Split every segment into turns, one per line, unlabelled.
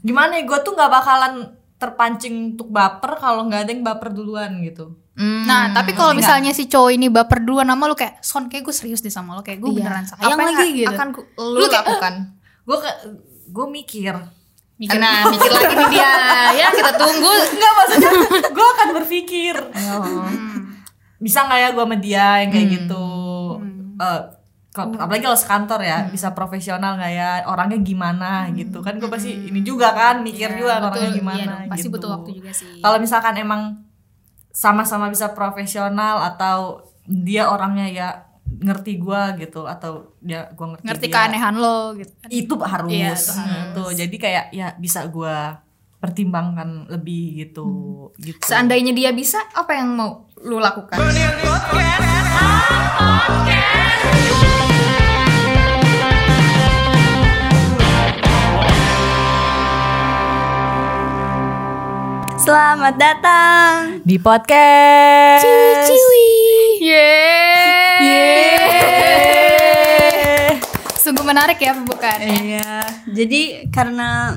gimana ya gue tuh nggak bakalan terpancing untuk baper kalau nggak ada yang baper duluan gitu
Hmm,
Nah, tapi kalau
ngerti nggak?
misalnya si cowok ini baper duluan sama lu kayak Son kayak gue serius deh sama lu kayak gue
Iya.
beneran sayang
Apa yang
lagi
a-
gitu.
akan ku- lu,
Lu kayak,
lakukan
gue gue mikir
Mikir.
nah mikir lagi nih dia ya kita tunggu
nggak maksudnya gue akan berpikir
Hmm.
bisa nggak ya gue sama dia yang kayak gitu
Hmm.
Eh, kalau- apalagi kalau sekantor ya bisa profesional nggak ya orangnya gimana gitu kan gue pasti ini juga kan mikir
Hmm. Iya,
juga
betul.
orangnya
Iya
gimana
dong, Pasti
gitu.
butuh waktu juga sih.
kalau misalkan emang sama-sama bisa profesional atau dia orangnya ya ngerti gua gitu atau dia gua ngerti
ngerti
dia,
keanehan lo gitu.
itu harus, Nah,
Iya, itu harus.
Tuh, jadi kayak ya bisa gua pertimbangkan lebih gitu
Hmm.
gitu
seandainya dia bisa apa yang mau lu lakukan
Selamat datang.
di podcast
Yeay. Sungguh menarik ya pembukaannya.
Iya. Jadi karena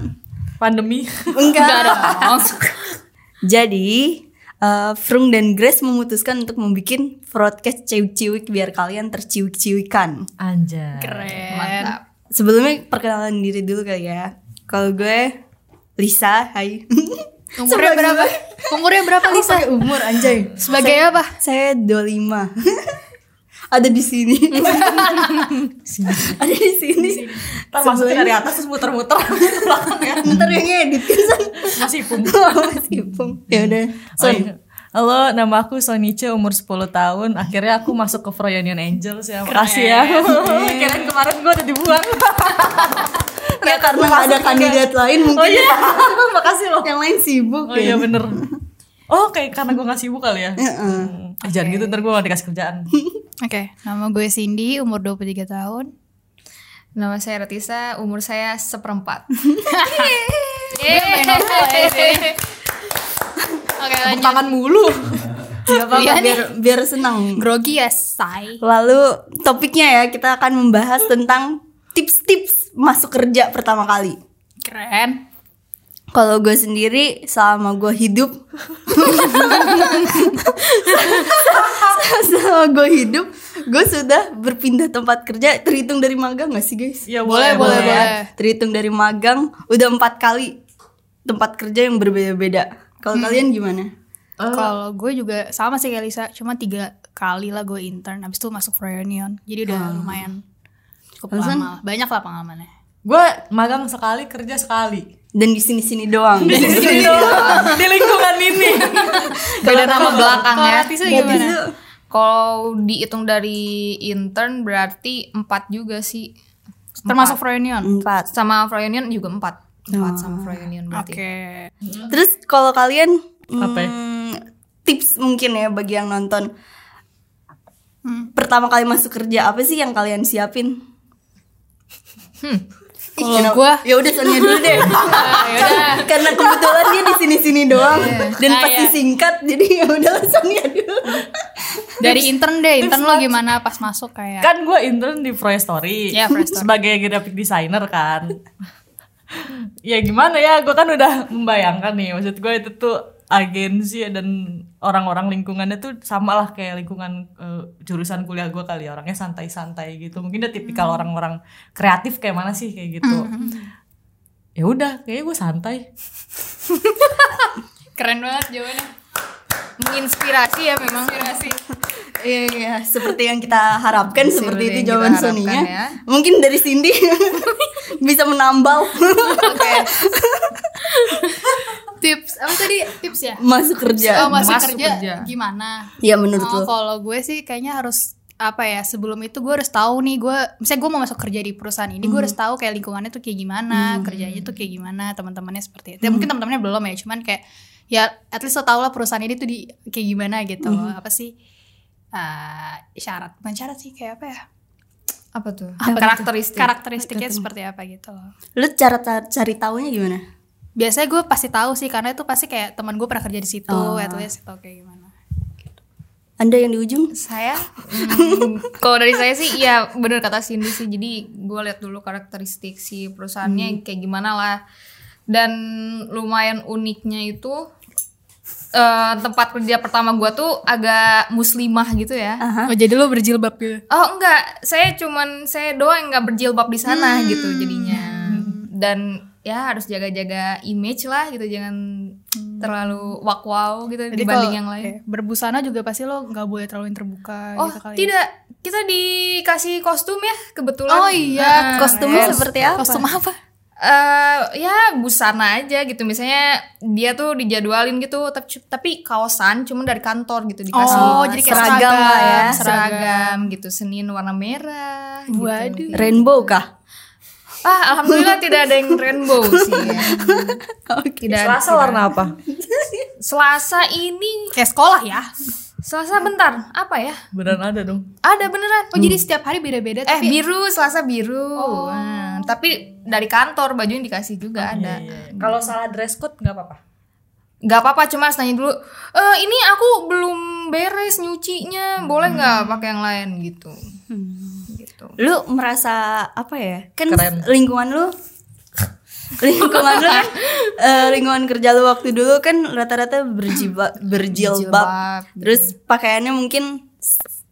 pandemi
Enggak
enggak.
dong.
Jadi eh, Frung dan Grace memutuskan untuk membuat broadcast ciwik-ciwik biar kalian terciwik-ciwikan.
anjay
Keren.
mantap
Sebelumnya perkenalan diri dulu kali ya. Kalau gue Lisa, hai.
Umurnya
Sebagai-
berapa? Umurnya berapa
Aku
Lisa?
pakai umur anjay.
Sebagai apa?
Saya 25. Ada di sini. Ada di sini.
Ntar maksudnya dari atas terus muter-muter ke belakang ya
Ntar yang ngedit kan San.
masih pum
Masih pung. Ya udah.
Oh,
Son,
iya. Halo, nama aku Sonice, umur 10 tahun. Akhirnya aku masuk ke Froyonion Angels ya. Makasih ya. Kirain kemarin gue udah dibuang.
ya karena nggak ada kandidat lain mungkin
Oh iya, makasih loh.
yang lain sibuk
Oh
ya.
iya bener. Oh kayak karena gue gak sibuk kali ya. Hmm.
Heeh.
Eh, Jangan gitu ntar gue gak dikasih kerjaan.
Oke, nama gue Cindy, umur 23 tahun.
nama saya Ratisa umur saya seperempat
Gue main novel ya, Dede. Oke, lanjut.
Tangan mulu.
Nggak apa-apa,
Iya nih.
Ya, biar biar senang.
Grogi ya, say.
Lalu topiknya ya kita akan membahas tentang tips-tips masuk kerja pertama kali.
Keren.
Kalau gue sendiri selama gue hidup Selama gue hidup Gue sudah berpindah tempat kerja Terhitung dari magang gak sih guys?
Ya
Boleh, boleh,
Ya,
boleh.
Terhitung dari magang Udah empat kali Tempat kerja yang berbeda-beda Kalau
Hmm.
kalian gimana?
Kalau gue juga sama sih kayak Lisa, cuma tiga kali lah gue intern, abis itu masuk Freonion, jadi udah lumayan cukup
Alasan?
lama, lah. banyak lah pengalamannya.
Gue magang sekali, kerja sekali.
Dan di sini-sini doang
Di sini doang, di lingkungan ini.
beda nama belakang
Kalau
ya
Ratisa gimana?
kalau dihitung dari intern berarti empat juga sih
Termasuk Freonion.
Empat
sama Fro Union juga empat empat sama Fro Union
Oke.
berarti
Terus kalau kalian
Apa ya?
hmm, tips mungkin ya bagi yang nonton Hmm, pertama kali masuk kerja apa sih yang kalian siapin? Ih,
Kalau
kenapa-
gua-
ya udah Sonia dulu deh. Karena kebetulan dia di sini-sini doang dan
Ah,
pasti
iya.
singkat jadi ya udah Sonia dulu.
Dari intern deh, intern lo gimana pas masuk kayak?
Kan gue intern di Froy Story.
Ya, Froy Story.
Sebagai graphic designer kan. ya gimana ya, gue kan udah membayangkan nih. Maksud gue itu tuh agensi dan orang-orang lingkungannya tuh sama lah kayak lingkungan eh, jurusan kuliah gue kali ya. Orangnya santai-santai gitu. Mungkin dia tipikal
Hmm.
orang-orang kreatif kayak mana sih kayak gitu. Ya udah, kayaknya gue santai.
Keren banget jawabannya.
menginspirasi ya memang
Iya iya, seperti yang kita harapkan
yang
seperti itu
kita
jawaban
harapkan
Sonia.
ya.
Mungkin dari Cindy bisa menambal
Tips, apa tadi tips ya?
masuk kerja.
Oh, masuk,
Masuk
kerja,
kerja.
gimana?
Ya menurut
Oh,
lo.
kalau gue sih kayaknya harus apa ya sebelum itu gue harus tahu nih gue misalnya gue mau masuk kerja di perusahaan ini gue harus tahu kayak lingkungannya tuh kayak gimana kerjanya tuh kayak gimana teman-temannya seperti itu ya, mungkin teman-temannya belum ya cuman kayak ya at least lo tau lah perusahaan ini tuh di kayak gimana gitu apa sih eh, syarat bukan syarat sih kayak apa ya
apa tuh
Apa
karakteristik
karakteristiknya seperti apa gitu
Lu cara ta- cari taunya gimana?
biasanya gue pasti tahu sih karena itu pasti kayak teman gue pernah kerja di situ at least atau kayak gimana
Anda yang di ujung?
saya Hmm, kalau dari saya sih ya
Hmm.
bener kata Cindy sih jadi gue lihat dulu karakteristik si perusahaannya kayak gimana lah dan lumayan uniknya itu eh, tempat kerja pertama gua tuh agak muslimah gitu ya
Oh, jadi lo berjilbab gitu.
Oh enggak, saya cuman saya doang yang enggak berjilbab di sana
Hmm.
gitu jadinya. Dan ya harus jaga-jaga image lah gitu, jangan terlalu wow-wow gitu
Hmm. Jadi
dibanding
kalau-
yang lain.
eh, berbusana juga pasti lo nggak boleh terlalu yang terbuka
Oh
gitu kali. ya.
tidak, kita dikasih kostum ya kebetulan.
Oh iya,
Nah,
Kostumnya
kos-
seperti apa?
Kostum apa?
eh, ya busana aja gitu, misalnya dia tuh dijadwalin gitu, tapi, tapi kaosan cuman dari kantor gitu dikasih.
Oh, jadi kayak
seragam
seragam
lah ya.
seragam,
seragam.
gitu, Senin warna merah.
Waduh.
Rainbow kah?
Ah, alhamdulillah tidak ada yang rainbow sih. ya. Tidak. ada-
Selasa warna apa?
Selasa ini,
Kayak sekolah ya.
Selasa bentar, apa ya?
Beneran ada dong.
Ada beneran.
Oh, jadi setiap hari beda-beda
Eh,
tapi Oh,
biru, Selasa biru. Nah, tapi dari kantor bajunya dikasih juga ada.
Iya,
Kalau salah dress code nggak apa-apa.
Gak apa-apa, cuma harus nanya dulu. Eh, ini aku belum beres nyucinya, boleh
Hmm.
nggak pakai yang lain gitu? Gitu.
Lu merasa apa ya? Kan
Keren.
lingkungan lu lingkungan lu kan eh, lingkungan kerja lu waktu dulu kan rata-rata berjilbab, berjilbab.
Berjilbab.
Terus pakaiannya mungkin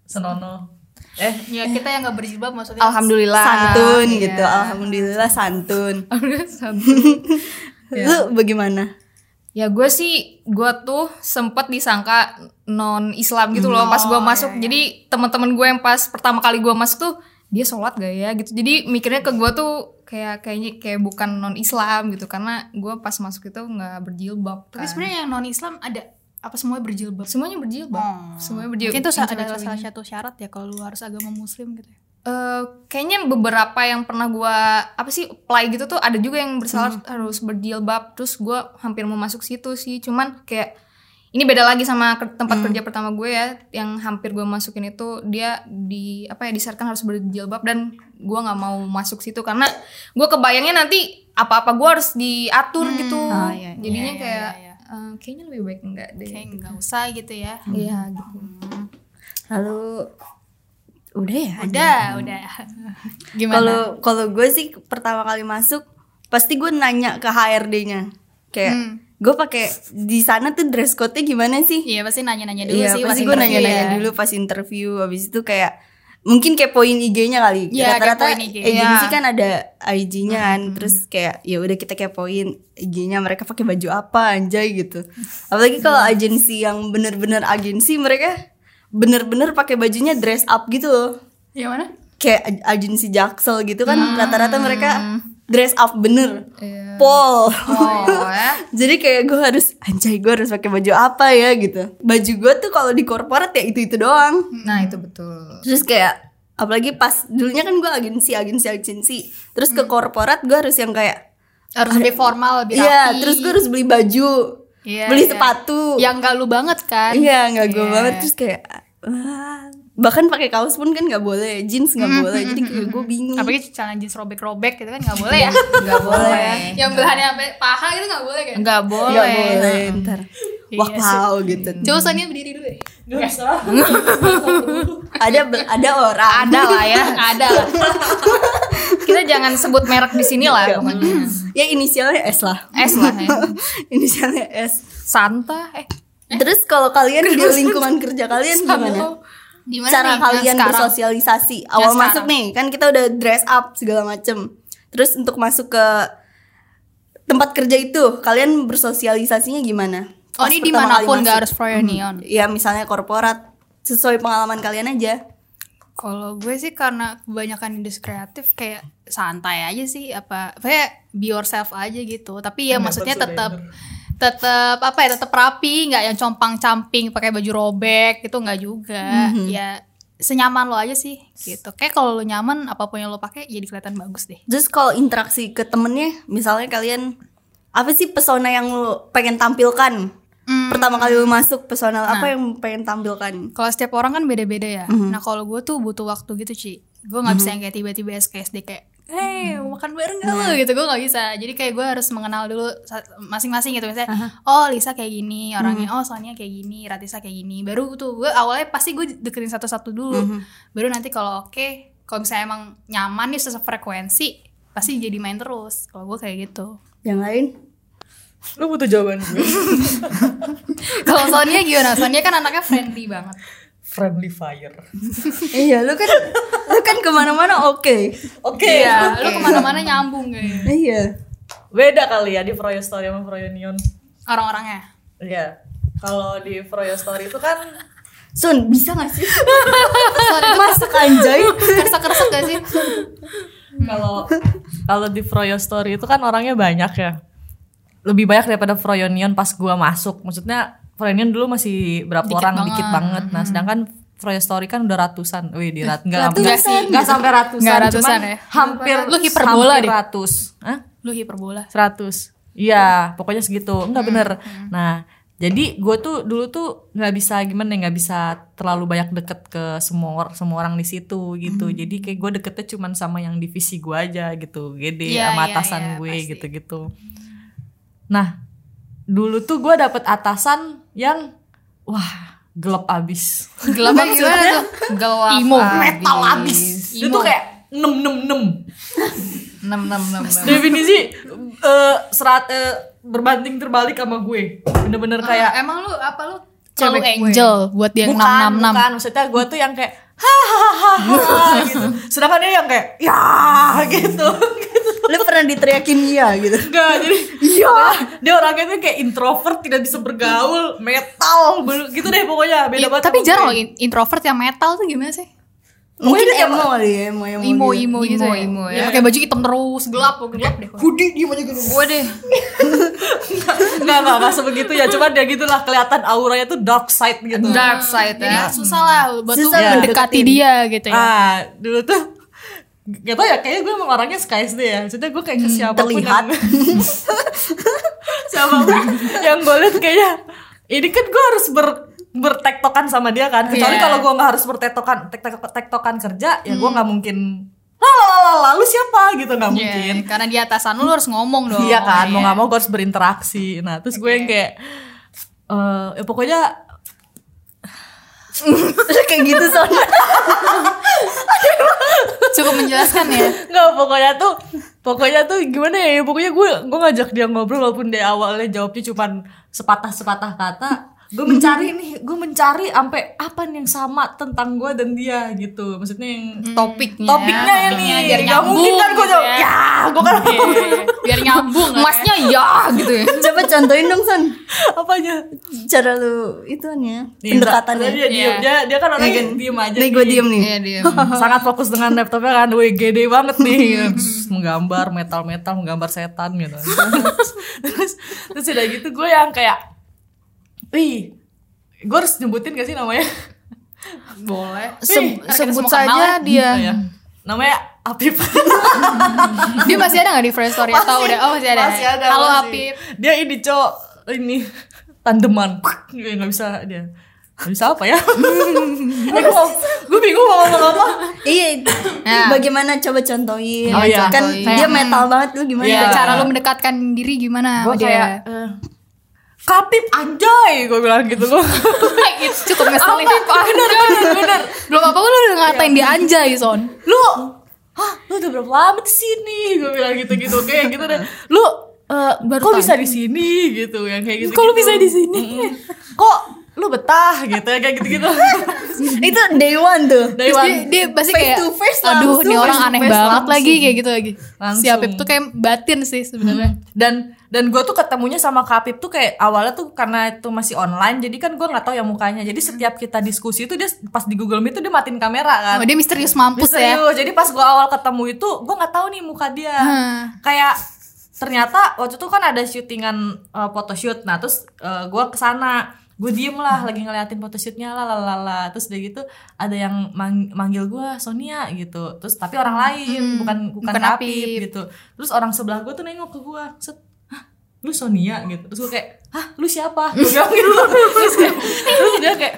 Senono. Eh,
ya kita yang nggak berjilbab maksudnya.
Alhamdulillah.
santun
Iya.
gitu. Alhamdulillah santun.
Alhamdulillah santun.
Lu bagaimana?
Ya gue sih, gue tuh sempet disangka non Islam gitu loh pas gue
Oh,
masuk.
iya,
Jadi teman-teman gue yang pas pertama kali gue masuk tuh dia sholat gak ya gitu. Jadi mikirnya ke gue tuh kayak kayaknya kayak bukan non Islam gitu karena gue pas masuk itu nggak berjilbab.
Tapi
Kan.
sebenarnya yang non Islam ada apa semua berjilbab?
Semuanya berjilbab. Semuanya berjilbab.
Oh. Mungkin itu sa-
Yang
adalah salah
cewek-ceweknya.
satu syarat ya kalau lu harus agama muslim gitu. ya.
Eh, kayaknya beberapa yang pernah gue apa sih apply gitu tuh ada juga yang bersalah harus berjilbab terus gue hampir mau masuk situ sih cuman kayak ini beda lagi sama ke- tempat kerja pertama gue ya yang hampir gue masukin itu dia di apa ya disarankan harus berjilbab dan gue nggak mau masuk situ karena gue kebayangnya nanti apa-apa gue harus diatur gitu
Ah, iya, iya,
jadinya
iya,
kayak
iya,
eh, kayaknya lebih baik enggak deh
Kayak nggak usah gitu ya.
iya gitu
Lalu udah ya?
Udah, udah.
Kalau kalau gue sih pertama kali masuk pasti gue nanya ke HRD-nya kayak gue pakai di sana tuh dress code-nya gimana sih?
Iya pasti nanya-nanya dulu
Iya
sih.
pasti
pas
gue
interview
nanya-nanya
ya.
dulu pas interview habis itu kayak mungkin kepoin IG-nya kali.
Iya,
Rata-rata
kepoin IG.
agensi
Iya.
kan ada IG-nya kan, terus kayak ya udah kita kepoin IG-nya mereka pakai baju apa anjay gitu. Apalagi kalau
Iya.
agensi yang bener-bener agensi mereka bener-bener pakai bajunya dress up gitu loh
Yang mana? Hmm.
kayak ag- agensi jaksel gitu kan rata-rata mereka dress up bener
Iya.
pol
oh ya
jadi kayak gue harus anjay gue harus pakai baju apa ya gitu baju gue tuh kalau di corporate ya itu itu doang
nah itu betul
terus kayak apalagi pas dulunya kan gue agensi agensi agensi terus
Hmm.
ke korporat gue harus yang kayak
Harus lebih formal, lebih rapi.
iya terus gue harus beli baju
Iya,
beli
iya.
sepatu
Yang nggak lu banget kan?
Iya nggak gue banget terus kayak wah, bahkan pakai kaos pun kan nggak boleh jeans
Hmm,
nggak boleh jadi kayak gue bingung
Apalagi celana jeans robek-robek gitu kan nggak boleh ya.
nggak boleh
yang belahannya sampai paha gitu nggak boleh kan?
nggak boleh
Gak boleh Nah. ntar Wah wow gitu
Coba Sania berdiri dulu deh.
nggak usah.
Ada be- ada orang
ada lah ya ada lah kita jangan sebut merek di sini lah pokoknya
Ya inisialnya S lah
Eh,
es lah ya
Eh. Inisialnya S
Santa eh
Terus kalau kalian di lingkungan kerja kalian gimana?
Di mana
Cara
nih?
kalian
Yang sekarang? Ya,
bersosialisasi Awal masuk nih Kan kita udah dress up segala macem Terus untuk masuk ke tempat kerja itu Kalian bersosialisasinya gimana?
Oh
Pas
ini
pertama kali
dimanapun
masuk.
nggak harus Froyonion.
Ya misalnya korporat Sesuai pengalaman kalian aja
Kalau gue sih karena kebanyakan industri kreatif kayak santai aja sih apa kayak be yourself aja gitu. Tapi ya maksudnya tetap tetap apa ya tetap rapi, nggak yang compang-camping pakai baju robek itu nggak juga. Ya senyaman lo aja sih gitu. Kayak kalau lo nyaman apapun yang lo pakai jadi kelihatan bagus deh.
Terus kalau interaksi ke temennya, misalnya kalian apa sih pesona yang lu pengen tampilkan? Pertama kali lu masuk pesona apa yang pengen tampilkan?
Kalau setiap orang kan beda-beda ya. Nah kalau gue tuh butuh waktu gitu Ci. Gue nggak bisa yang kayak tiba-tiba SKSD kayak, hey mau makan bareng gak lu gitu. Gue nggak bisa. Jadi kayak gue harus mengenal dulu sa- masing-masing gitu. Misalnya, oh Lisa kayak gini orangnya, oh Sonia kayak gini, Ratisa kayak gini. Baru tuh gue awalnya pasti gue deketin satu-satu dulu. Baru nanti kalau oke, kalau misalnya emang nyaman nih sefrekuensi, pasti jadi main terus kalau gue kayak gitu
Yang lain?
Lu butuh jawaban gue.
kalau Sonia gimana Sonia kan anaknya friendly banget
Friendly fire.
iya, lu kan lu kan kemana-mana oke.
Oke.
iya lu kemana-mana nyambung kayaknya
Iya.
Beda kali ya di Froyo Story sama Froyo Neon.
orang-orangnya
Iya. Kalau di Froyo Story itu kan
Hmm.
Sun, bisa gak sih?
Sorry, itu
Masuk anjay.
kersek-kersek gak sih
kalau kalau di Froyo Story itu kan orangnya banyak ya. Lebih banyak daripada Froyo Neon pas gua masuk. Maksudnya Froyo Neon dulu masih berapa
Dikit
orang
banget. Hmm.
dikit banget. Nah, sedangkan Froyo Story kan udah ratusan. Wih, di rat enggak
Ratusan.
sampai ratusan.
Nggak ratusan
cuman
ya.
Hampir
Lu hiperbola
hampir
deh.
ratus. Hah?
lu hiperbola
100 Iya, pokoknya segitu.
Hmm,
Enggak bener. Nah, jadi gue tuh dulu tuh nggak bisa gimana ya nggak bisa terlalu banyak deket ke semua orang semua orang di situ gitu.
Hmm.
Jadi kayak gue deketnya cuman sama yang divisi gue aja gitu, gede
Iya,
sama
iya,
atasan
iya,
gue
pasti.
gitu-gitu. Nah, dulu tuh gue dapet atasan yang wah gelap abis.
Gelap abis gimana tuh? Gelap
Imo.
metal abis.
Itu tuh kayak nem nem nem.
Enam enam enam.
Hmm.
enam.
Definisi eh serat eh, berbanding terbalik sama gue. Bener-bener
Ah,
kayak
Emang lu apa lu? Cewek
terlalu
gue.
angel buat Iya, dia enam
bukan,
enam enam
bukan. Maksudnya gue tuh yang kayak hahaha gitu. Sedangkan dia yang kayak ya gitu.
Lu pernah diteriakin iya gitu.
Enggak, jadi
Iya.
dia orangnya tuh kayak introvert, tidak bisa bergaul, metal, bel- gitu deh pokoknya. Beda banget.
Iya, tapi
sama
jarang ya? loh
gue.
in- introvert yang metal tuh gimana sih
Mungkin emo kali ya, emo
Oh, iya.
emo.
imo
gitu.
imo gitu
Imo,
ya,
imo ya.
Ya, pakai baju hitam terus gelap gelap deh
Hoodie dia punya gitu.
Gue deh.
Enggak, enggak, enggak sebegitu ya. Cuma dia gitulah kelihatan auranya tuh dark side gitu.
Dark side ya.
Iya, susah lah buat
Susah
tuh
buat
mendekati
deketin.
dia gitu ya
Iya. Ah, dulu tuh Gak tau ya, kayaknya gue emang orangnya SKSD ya Maksudnya gue kayak ke
Hmm,
siapapun
terlihat.
yang, Siapapun yang gue liat kayaknya Ini kan gue harus ber bertektokan sama dia kan Kecuali
Iya.
kalau gue gak harus bertektokan tek- tek- tektokan kerja Ya gue gak mungkin Lalalala, lu siapa gitu gak
Hmm. Iya,
mungkin
karena di atasan lu, lu harus ngomong dong
Iya kan, mau gak
Iya.
mau gue harus berinteraksi Nah terus gue yang kayak eh ya pokoknya
kayak gitu soalnya.
cukup menjelaskan ya
Nggak, pokoknya tuh pokoknya tuh gimana ya pokoknya gue gue ngajak dia ngobrol walaupun dia awalnya jawabnya cuman sepatah sepatah kata gue mencari nih gue mencari sampai apa nih yang sama tentang gue dan dia gitu maksudnya yang
Topiknya.
topiknya ya nih
biar
nggak mungkin
Iya, nyambung
kan gue
gitu
jawab
ya.
ya gue kan
biar nyambung masnya
Masnya
iya,
ya gitu ya.
Coba contohin dong, Son.
apanya
Cara lu ituannya,
Nih,
pendekatannya.
dia, dia,
Iya.
dia, dia kan orangnya diem aja gitu.
Nih gue diem nih.
Iya dia.
sangat fokus dengan laptopnya kan wih gede banget nih Terus menggambar metal metal menggambar setan gitu terus terus, terus udah gitu gue yang kayak wih gue harus nyebutin gak sih namanya
boleh
Se-
Ih,
sebut
kita semua
saja
kenal ya.
Oh,
dia.
ya. namanya Apip
dia masih ada nggak di friend story atau udah oh masih ada
Masih ada,
halo
masih.
Apip
dia ini cowok ini tandeman gue nggak bisa dia nggak bisa apa ya gue bingung mau ngomong apa
Iya.
Ya.
Bagaimana coba contohin?
Oh, iya.
Kan
Contohin. Hmm.
dia metal banget lu gimana?
Iya.
cara lu mendekatkan diri gimana
gue
sama dia?
kayak eh, Kapip anjay gue bilang gitu gue
Itu gitu. cukup ngeselin
bener bener bener
belum apa lu udah ngatain dia anjay son
lu hah lu udah berapa lama di sini gue bilang gitu gitu kayak gitu deh lu eh, kok bisa di sini gitu yang kayak gitu
Kok lu bisa di sini?
kok lu betah gitu ya kayak gitu gitu
Itu day one tuh.
dari
Terus dia,
wan
dia pasti
Face
kayak
to face
aduh
langsung,
nih orang
face to
aneh
face
banget
langsung."
lagi kayak gitu lagi si
Langsung. Hmm.
Apip tuh kayak batin sih sebenarnya
dan dan gue tuh ketemunya sama Kapip tuh kayak awalnya tuh karena itu masih online jadi kan gue nggak tahu yang mukanya jadi setiap kita diskusi itu dia pas di Google Meet tuh dia matiin kamera kan
oh, dia misterius mampus ya
Serius, jadi pas gua awal ketemu itu gua nggak tahu nih muka dia. Kayak ternyata waktu itu kan ada syutingan eh, photoshoot. Nah, terus eh, gua ke sana. Gue diem lah lagi ngeliatin photoshootnya lah lah lah lah. Terus udah gitu ada yang mang- manggil gua Sonia gitu. Terus tapi orang lain bukan bukan,
bukan
Apip,
Apip.
gitu. Terus orang sebelah gua tuh nengok ke gua. Set, "Hah, lu Sonia gitu. Terus gua kayak, "Hah, lu siapa?" Gua bilang gitu. terus, dia- terus dia kayak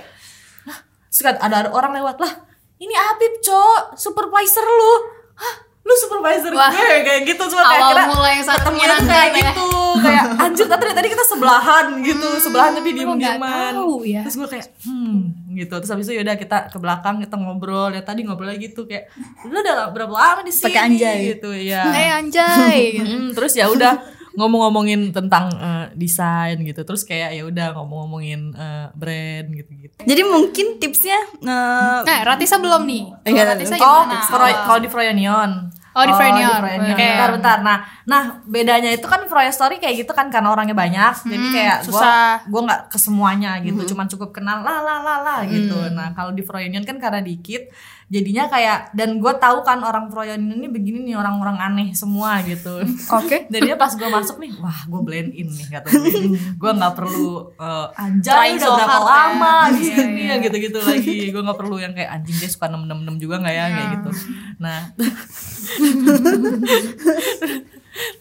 suka kan ada, ada orang lewat lah ini Apip cok supervisor lu hah lu supervisor
Wah.
gue kayak gitu cuma kayak
awal
kira
mulai yang sangat
ketemunya tuh kayak
menyenangkan ya.
gitu kayak anjir tapi dari tadi kita sebelahan gitu sebelahan tapi diem
Hmm, nggak
dieman
tahu ya.
terus gue kayak hmm gitu terus habis itu yaudah kita ke belakang kita ngobrol ya tadi ngobrolnya gitu kayak lu udah berapa lama di sini
Pakai anjay.
gitu ya
Eh anjay. gitu.
Mm, terus ya udah ngomong-ngomongin tentang eh, desain gitu terus kayak ya udah ngomong-ngomongin eh, brand gitu-gitu
Jadi mungkin tipsnya eh,
Hmm.
Nah, Ratisa belum nih. Kalau
Iya,
Ratisa
oh
gimana?
Froy- kalau di Froyonion
Oh, di Froyonion. Oke.
bentar bentar nah nah bedanya itu kan Froyo Story kayak gitu kan karena orangnya banyak jadi kayak
Hmm, susah.
gua
Hmm.
gua nggak ke semuanya gitu cuman cukup kenal lah lah lah lah gitu nah kalau di Froyonion kan karena dikit jadinya kayak dan gua tahu kan orang Froyonion ini begini nih orang-orang aneh semua gitu
oke.
Jadinya pas gue masuk nih, wah gue blend in nih kata gue. Gue nggak perlu eh, anjay
Trying
udah
so
berapa
hard,
lama Iya, di sini yang gitu-gitu lagi. Gue nggak perlu yang kayak anjing dia suka 666 juga nggak ya kayak gitu. Nah,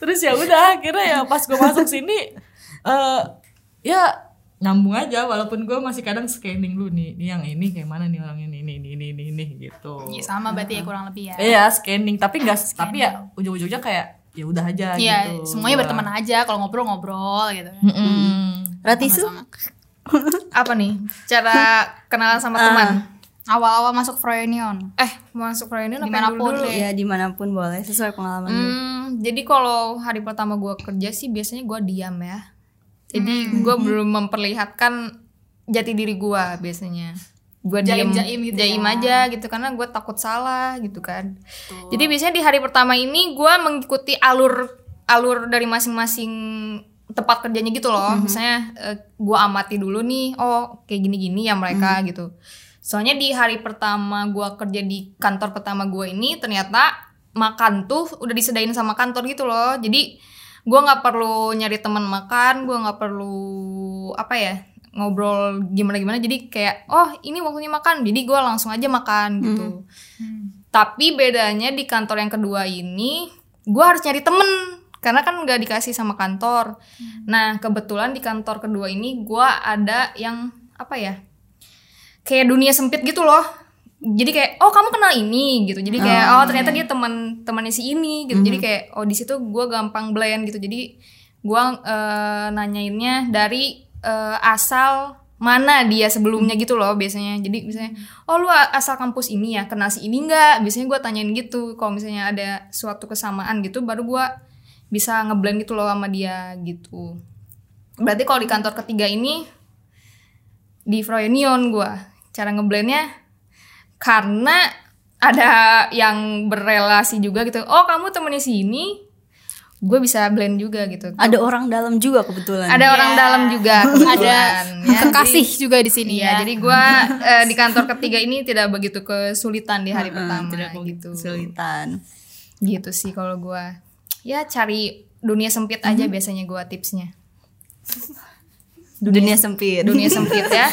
terus ya udah akhirnya ya pas gue masuk sini eh ya nyambung aja walaupun gue masih kadang scanning lu nih, nih yang ini kayak mana nih orang ini ini ini ini ini, ini gitu.
Iya, sama berarti ya kurang lebih ya.
Iya scanning tapi nggak tapi ya ujung-ujungnya kayak ya udah aja
Iya,
gitu.
semuanya berteman aja kalau ngobrol-ngobrol gitu.
Mm-mm.
Ratisu
Apa nih? Cara kenalan sama teman?
Awal-awal masuk Froyonion.
Eh, masuk Froyonion apa yang
Dimanapun
dulu? dulu?
ya dimanapun boleh sesuai pengalaman.
Iya. Hmm, jadi kalau hari pertama gua kerja sih biasanya gua diam ya. Jadi
Hmm.
gua belum memperlihatkan jati diri gua biasanya. Gua diam,
Jaim-jaim gitu
jaim aja gitu karena gua takut salah gitu kan. Jadi biasanya di hari pertama ini gua mengikuti alur alur dari masing-masing tempat kerjanya gitu loh.
Hmm.
Misalnya eh, gua amati dulu nih, oh kayak gini-gini ya mereka
Hmm.
gitu. Soalnya di hari pertama gua kerja di kantor pertama gua ini ternyata makan tuh udah disediain sama kantor gitu loh jadi gua nggak perlu nyari teman makan gua nggak perlu apa ya ngobrol gimana gimana jadi kayak oh ini waktunya makan jadi gua langsung aja makan gitu tapi bedanya di kantor yang kedua ini gua harus nyari temen karena kan nggak dikasih sama kantor nah kebetulan di kantor kedua ini gua ada yang apa ya kayak dunia sempit gitu loh jadi kayak oh kamu kenal ini gitu jadi kayak oh, ternyata dia teman temannya si ini gitu jadi kayak oh di situ gue gampang blend gitu jadi gue eh, nanyainnya dari eh, asal mana dia sebelumnya gitu loh biasanya jadi misalnya oh lu a- asal kampus ini ya kenal si ini nggak biasanya gue tanyain gitu kalau misalnya ada suatu kesamaan gitu baru gue bisa ngeblend gitu loh sama dia gitu berarti kalau di kantor ketiga ini di Froyonion gua cara ngeblendnya karena ada yang berrelasi juga gitu oh kamu temennya sini gue bisa blend juga gitu
Ada orang dalam juga kebetulan.
ada orang dalam juga
Ada Iya.
kebetulan, ya.
kekasih juga di sini
Iya,
ya.
jadi gua eh, di kantor ketiga ini tidak begitu kesulitan di hari pertama gitu.
kesulitan.
Gitu sih kalau gua. Ya cari dunia sempit aja biasanya gua tipsnya.
Dunia sempit.
Dunia sempit ya.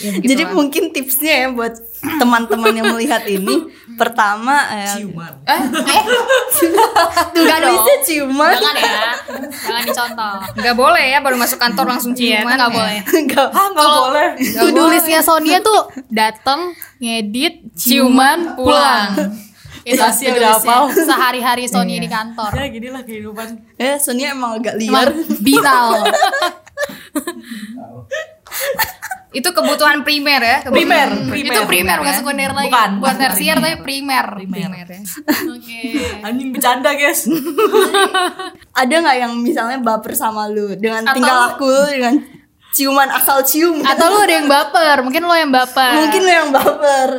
Ya, begitu
Jadi
lah.
mungkin tipsnya ya buat teman-teman yang melihat ini pertama eh,
Ciuman.
Tuh nulisnya ciuman
Jangan ya. Jangan dicontoh.
nggak boleh ya baru masuk kantor langsung
Iya, itu
ciuman.
nggak
ya.
boleh.
Enggak
Ah nggak boleh.
To do listnya Sonia tuh dateng, ngedit, ciuman, pulang. Iya, Itu Iya.
Rahasia
to do
udah
listnya.
hafal.
Sehari-hari Sonia di kantor.
Ya gini lah kehidupan.
Eh Sonia emang agak
Emang
liar
viral.
Itu kebutuhan primer ya. kebutuhan-
Primer, primer.
Itu primer bukan
ya.
sekunder lagi.
Bukan,
Buat
bukan
tersier tapi primer.
Primer ya.
Oke.
Anjing bercanda guys.
Ada nggak yang misalnya baper sama lu Dengan
Atau-
tinggal aku lu dengan ciuman asal cium
Atau lu ada yang baper, mungkin lo yang baper.
Mungkin lu yang baper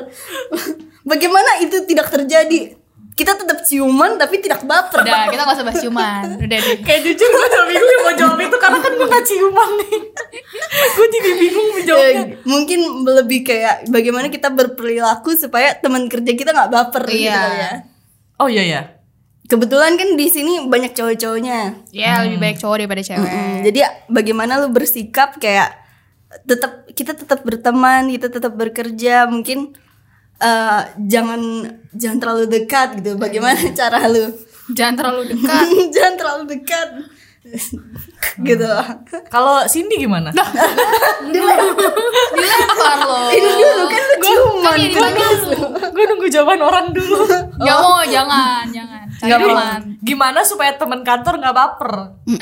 Bagaimana itu tidak terjadi Kita tetap ciuman tapi tidak baper
udah kita gak usah bahas ciuman. Udah deh.
kayak jujur gue udah bingung mau jawab itu karena kan gue nggak ciuman nih. gue jadi bingung mau jawabnya.
Eh, Mungkin lebih kayak bagaimana kita berperilaku supaya teman kerja kita nggak baper gitu
Iya.
kali ya.
Oh iya ya.
Kebetulan kan di sini banyak cowok-cowoknya.
Ya lebih baik cowok daripada cewek.
Mm, Jadi bagaimana lu bersikap kayak tetap kita tetap berteman, kita tetap bekerja, mungkin eh, jangan jangan terlalu dekat gitu. Bagaimana cara lu?
Jangan terlalu dekat.
jangan terlalu dekat. gitu.
Kalau Cindy gimana?
Dilempar lo.
Ini dulu kan lu ciuman
jadi
kan.
gue nunggu jawaban orang dulu.
Gak mau, jangan, jangan. Cari teman.
Gimana supaya teman kantor nggak baper?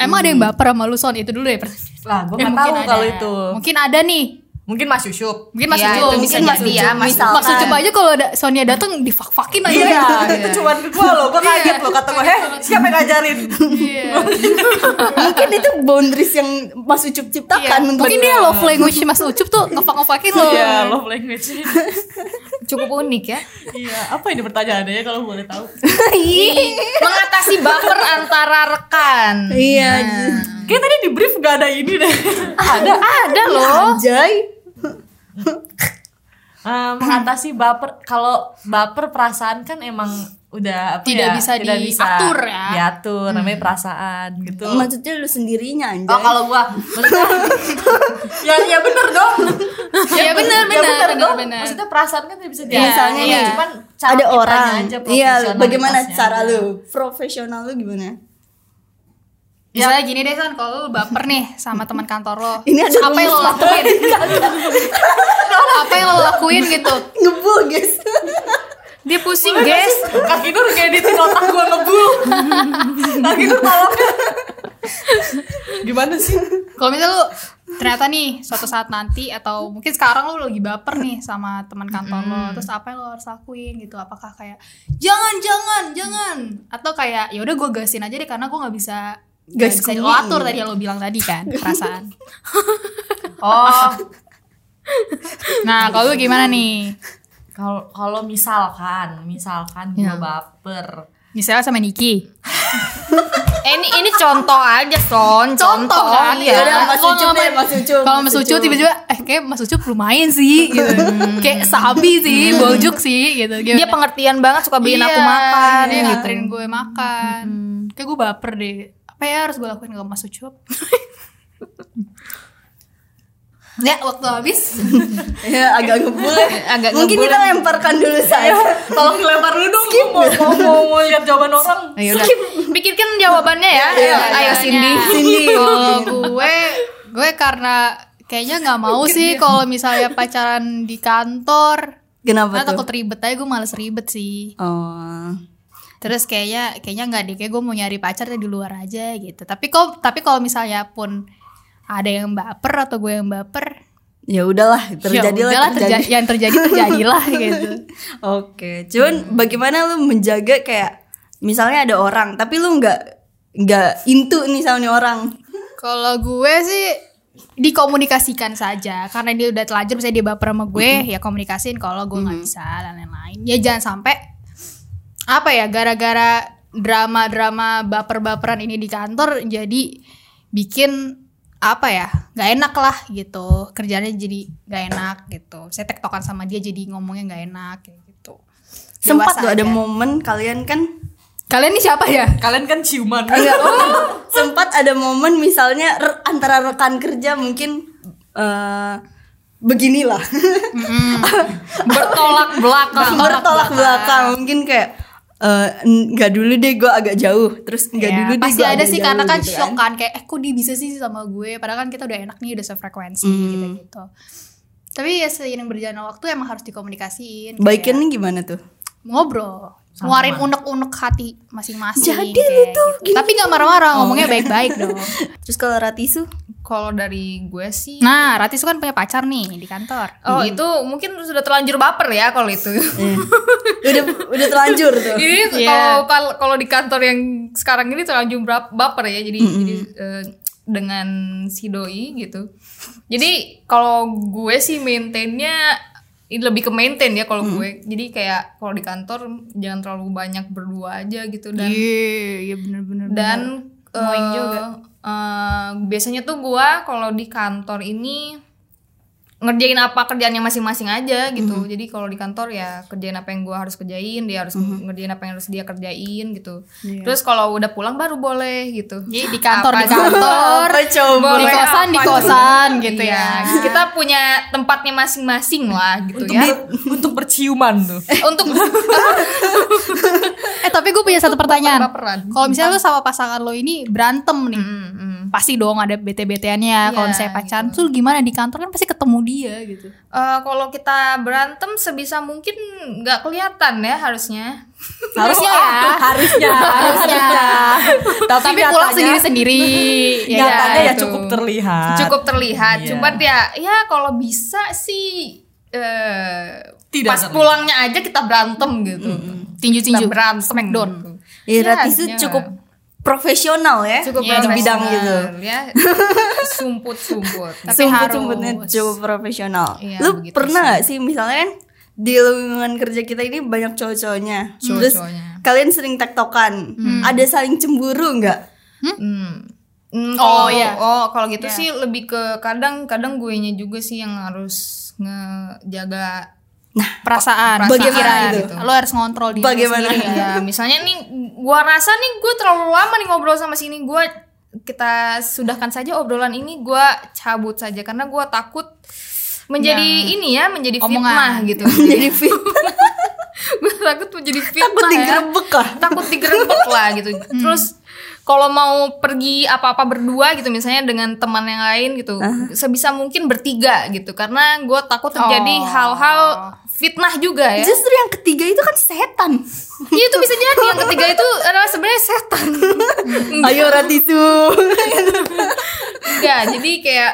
Emang ada yang baper sama lu Son? Itu dulu ya pertanyaan.
Lah gue
Ya,
nggak
mungkin
tahu
ada.
kalau itu.
Mungkin ada nih.
Mungkin Mas Yusuf.
Mungkin Mas
Iya,
Ucup,
itu bisa
mungkin Mas
jadi
Ucup.
ya, Mas
Ucup.
Al.
Maksud coba aja kalau ada Sonia datang difak-fakin aja.
Iya, itu cuman ke gue loh.
Iya.
Gue kaget loh. Kata gue, heh siapa yang ngajarin?
mungkin itu boundaries yang Mas Ucup ciptakan untuk
Iya. Mungkin dia love language Mas Ucup tuh ngefak-ngefakin loh.
Iya, love language.
Cukup unik ya.
Iya, apa ini pertanyaannya kalau boleh tahu?
Mengatasi baper antara rekan.
iya
Kayak tadi di brief gak ada ini deh.
Ada
Iya
ada loh.
anjay
Eh, mengatasi baper kalau baper perasaan kan emang udah apa
Tidak
ya,
bisa diatur ya.
diatur namanya perasaan gitu
maksudnya lu sendirinya anjay
oh kalau gua maksudnya ya ya bener dong
Iya benar
ya bener,
benar
dong
benar benar.
maksudnya perasaan kan tidak bisa
Ya,
diatur ya,
misalnya nih,
cuman cara
ada
kitanya
orang
aja
iya bagaimana
profesionalitasnya
cara
aja.
lu profesional lu gimana
Misalnya gini deh kan kalau lu baper nih sama teman kantor lo.
Ini ada
apa yang lo
rumus
lakuin? apa yang lo lakuin gitu?
ngebu guys
Ya, Dia pusing, guys.
kaki nur ngeditin otak gua ngebu kaki nur tolong gimana sih
Kalau misalnya lu ternyata nih suatu saat nanti atau mungkin sekarang lu lagi baper nih sama teman kantor lo, terus apa yang lo harus lakuin gitu? Apakah kayak jangan jangan jangan atau kayak ya udah gue gasin aja deh karena gue nggak bisa nggak
Gas
bisa
kuning.
lo atur tadi yang lo bilang tadi kan perasaan.
oh
Nah kalau lu gimana nih?
kalau kalau misalkan misalkan
Ya.
gua baper
Misalnya sama Niki.
Eh, ini ini contoh aja son, contoh,
Contoh kan?
ya.
Yaudah, Mas
Kalau
Ucup deh,
ngapain-
Mas Ucup,
Kalau
Mas
Mas Ucup
Ucup.
tiba-tiba eh kayak Mas Ucup lumayan sih gitu. kayak sabi sih, bojuk sih gitu.
Dia pengertian banget suka beliin aku makan
Dia
gitu.
Iya, nganterin gue makan. Kayak gue baper deh. Apa ya harus gue lakuin ke Mas Ucup? ya, waktu habis.
ya agak ngebu
Agak
mungkin
ngebul.
kita lemparkan dulu
Iya.
saya
tolong dilempar dulu dong gua mau mau mau, mau lihat jawaban orang
Ayo udah. Pikirkan jawabannya ya.
Iya,
Ayo
iya,
Cindy.
iya.
Cindy
Kalau gue gue karena kayaknya nggak mau sih
gitu.
kalau misalnya pacaran di kantor.
kenapa
Karena
tuh
takut ribet aja gue males ribet sih.
oh
Terus kayaknya kayaknya nggak deh kayak gue mau nyari pacar deh di luar aja gitu. Tapi kok tapi kalau misalnya pun ada yang baper atau gue yang baper
ya udahlah
ya
terjadilah
udahlah,
terjadi
terja- yang terjadi terjadilah gitu.
Oke, cuman bagaimana lu menjaga kayak misalnya ada orang tapi lu nggak nggak intu nih sama nih orang.
Kalau gue sih dikomunikasikan saja karena dia udah telanjur misalnya dia baper sama gue ya komunikasin kalau gue nggak bisa dan lain-lain ya jangan sampai apa ya gara-gara drama-drama baper-baperan ini di kantor jadi bikin apa ya nggak enak lah gitu kerjanya jadi nggak enak gitu saya tektokan sama dia jadi ngomongnya nggak enak kayak gitu
Sempat
Dewasa
tuh ada
aja.
momen kalian kan
kalian ini siapa ya
kalian kan ciuman
enggak sempat ada momen misalnya re- antara rekan kerja mungkin eh beginilah.
Bertolak belakang.
Bertolak belakang kan. mungkin kayak eh, nggak dulu deh gue agak jauh terus nggak
Ya,
dulu deh
pasti
gua
ada
agak
sih
jauh
karena kan
gitu
shock kan kayak eh kok dia bisa sih sama gue padahal kan kita udah enak nih udah sefrekuensi gitu gitu tapi ya seiring berjalannya waktu emang harus dikomunikasiin kayak
Baikinnya gimana tuh?
ngobrol ngeluarin unek-unek hati masing-masing
Jadi
kayak
lu tuh
gitu. tapi nggak marah-marah ngomongnya baik-baik dong
Terus kalau Ratisu
Kalau dari gue sih
nah iya. Rati kan punya pacar nih di kantor
Oh itu mungkin sudah terlanjur baper ya kalau itu.
udah udah terlanjur tuh.
Ini
Iya.
kalau kalau- kalau di kantor yang sekarang ini terlanjur bra- baper ya jadi jadi eh, dengan si doi gitu. Jadi kalau gue sih maintainnya ini lebih ke maintain ya kalau gue. Jadi kayak kalau di kantor jangan terlalu banyak berdua aja gitu dan
iya iya bener-bener
dan eh, eh, biasanya tuh gua kalau di kantor ini ngerjain apa kerjaannya masing-masing aja gitu
Mhm.
jadi kalau di kantor ya kerjain apa yang gua harus kerjain dia harus
Mhm.
ngerjain apa yang harus dia kerjain gitu terus kalau udah pulang baru boleh gitu
Iya. jadi di kantor
Apa
di
aja.
kantor
Apa coba?
di
Boleh
kosan di
apa aja.
kosan gitu
Iya,
ya
kita punya tempatnya masing-masing lah gitu ya
untuk berciuman tuh
untuk
eh tapi gue punya satu pertanyaan
baperan
Kalau misalnya lu sama pasangan lo ini berantem nih,
Mm, mm.
pasti dong ada bete-beteannya kalau
Iya,
misalnya pacaran tuh gimana di kantor kan pasti ketemu dia gitu
Eh, kalau kita berantem sebisa mungkin nggak kelihatan ya harusnya.
harusnya ya
harusnya
Iya,
harusnya tapi,
tapi pulang kan?
nyatanya-
sendiri sendiri
Iya,
nyatanya ya
itu.
cukup terlihat
Cukup terlihat.
Iya.
Cuman ya ya kalau bisa sih eh
Tidak
pas
terlihat.
pulangnya aja kita berantem gitu. Kita
tinju-tinju
berantem
smackdown
gitu.
ya,
Iya,
Rati itu
iya.
cukup profesional ya
cukup
di bidang
profesional,
gitu
Iya, ya. Sumput-sumput.
Tapi
sumput-sumputnya
harus.
cukup profesional
Iya,
lu
begitu
pernah nggak sih misalnya kan di lingkungan kerja kita ini banyak cowok-cowoknya terus
Cowok-cowoknya.
kalian sering tektokan ada saling cemburu nggak
Hmm. Hmm,
Oh,
kalau-
iya.
Oh, kalau gitu sih lebih ke kadang-kadang gue nya juga sih yang harus ngejaga
perasaan
Perasaan
pikiran
gitu.
gitu. lo harus ngontrol diri
Bagaimana?
sendiri
ya
ya.
misalnya nih gua rasa nih gue terlalu lama nih ngobrol sama sini gua kita sudahkan saja obrolan ini gua cabut saja karena gua takut menjadi
Iya.
ini ya menjadi fitnah
Omongan.
gitu
jadi fit
gue takut menjadi fitnah
Iya. takut
ya.
digerebek
kan?
Hmm. lah
takut digerebek lah gitu terus kalau mau pergi apa-apa berdua gitu misalnya dengan teman yang lain gitu
Ah.
sebisa mungkin bertiga gitu karena gua takut
Oh.
terjadi hal-hal fitnah juga ya
justru yang ketiga itu kan setan
Iya itu bisa jadi yang ketiga itu adalah sebenarnya setan.
ayo Ratisu
Enggak, jadi kayak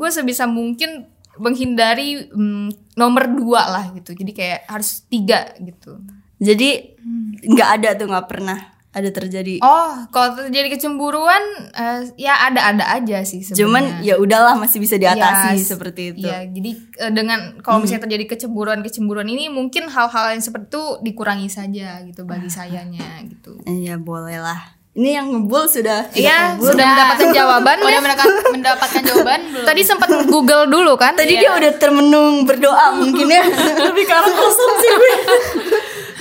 gue sebisa mungkin menghindari mm, nomor dua lah gitu. Jadi kayak harus tiga gitu.
jadi
Hmm.
nggak ada tuh nggak pernah ada terjadi
Oh, kalau terjadi kecemburuan eh, ya ada-ada aja sih sebenarnya.
cuman ya udahlah masih bisa diatasi
Ya,
seperti itu
Iya, jadi eh, dengan kalau misalnya terjadi kecemburuan-kecemburuan ini mungkin hal-hal yang seperti itu dikurangi saja gitu bagi sayanya gitu.
Iya boleh lah. Ini yang ngebul sudah. tidak
Iya,
ngebul.
sudah mendapatkan jawaban
udah
ya.
mendapatkan, mendapatkan jawaban belum
Tadi sempat Google dulu kan?
Tadi dia udah termenung berdoa mungkin ya.
lebih ke arah kosong sih gue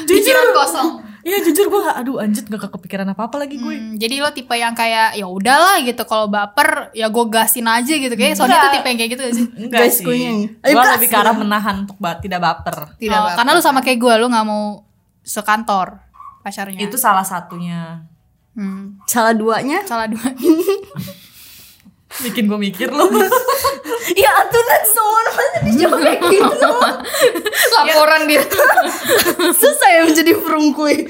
jujur
pikiran kosong
iya jujur gue aduh anjir gak kepikiran apa apa lagi gue
Hmm, jadi lo tipe yang kayak ya udahlah gitu kalau baper ya gue gasin aja gitu kayak soalnya tuh tipe yang kayak gitu gak sih
enggak
Guys,
sih
kunyeng. Ayo,
gue
gas.
lebih ke arah menahan untuk ba- tidak baper
Tidak
Oh,
apa-apa.
karena lu sama kayak gue lu nggak mau sekantor pacarnya
itu salah satunya
Hmm,
Salah duanya.
salah dua
bikin gue mikir loh
Ya aturan soal masa dijobek gitu.
laporan dia
Susah ya menjadi perungkui.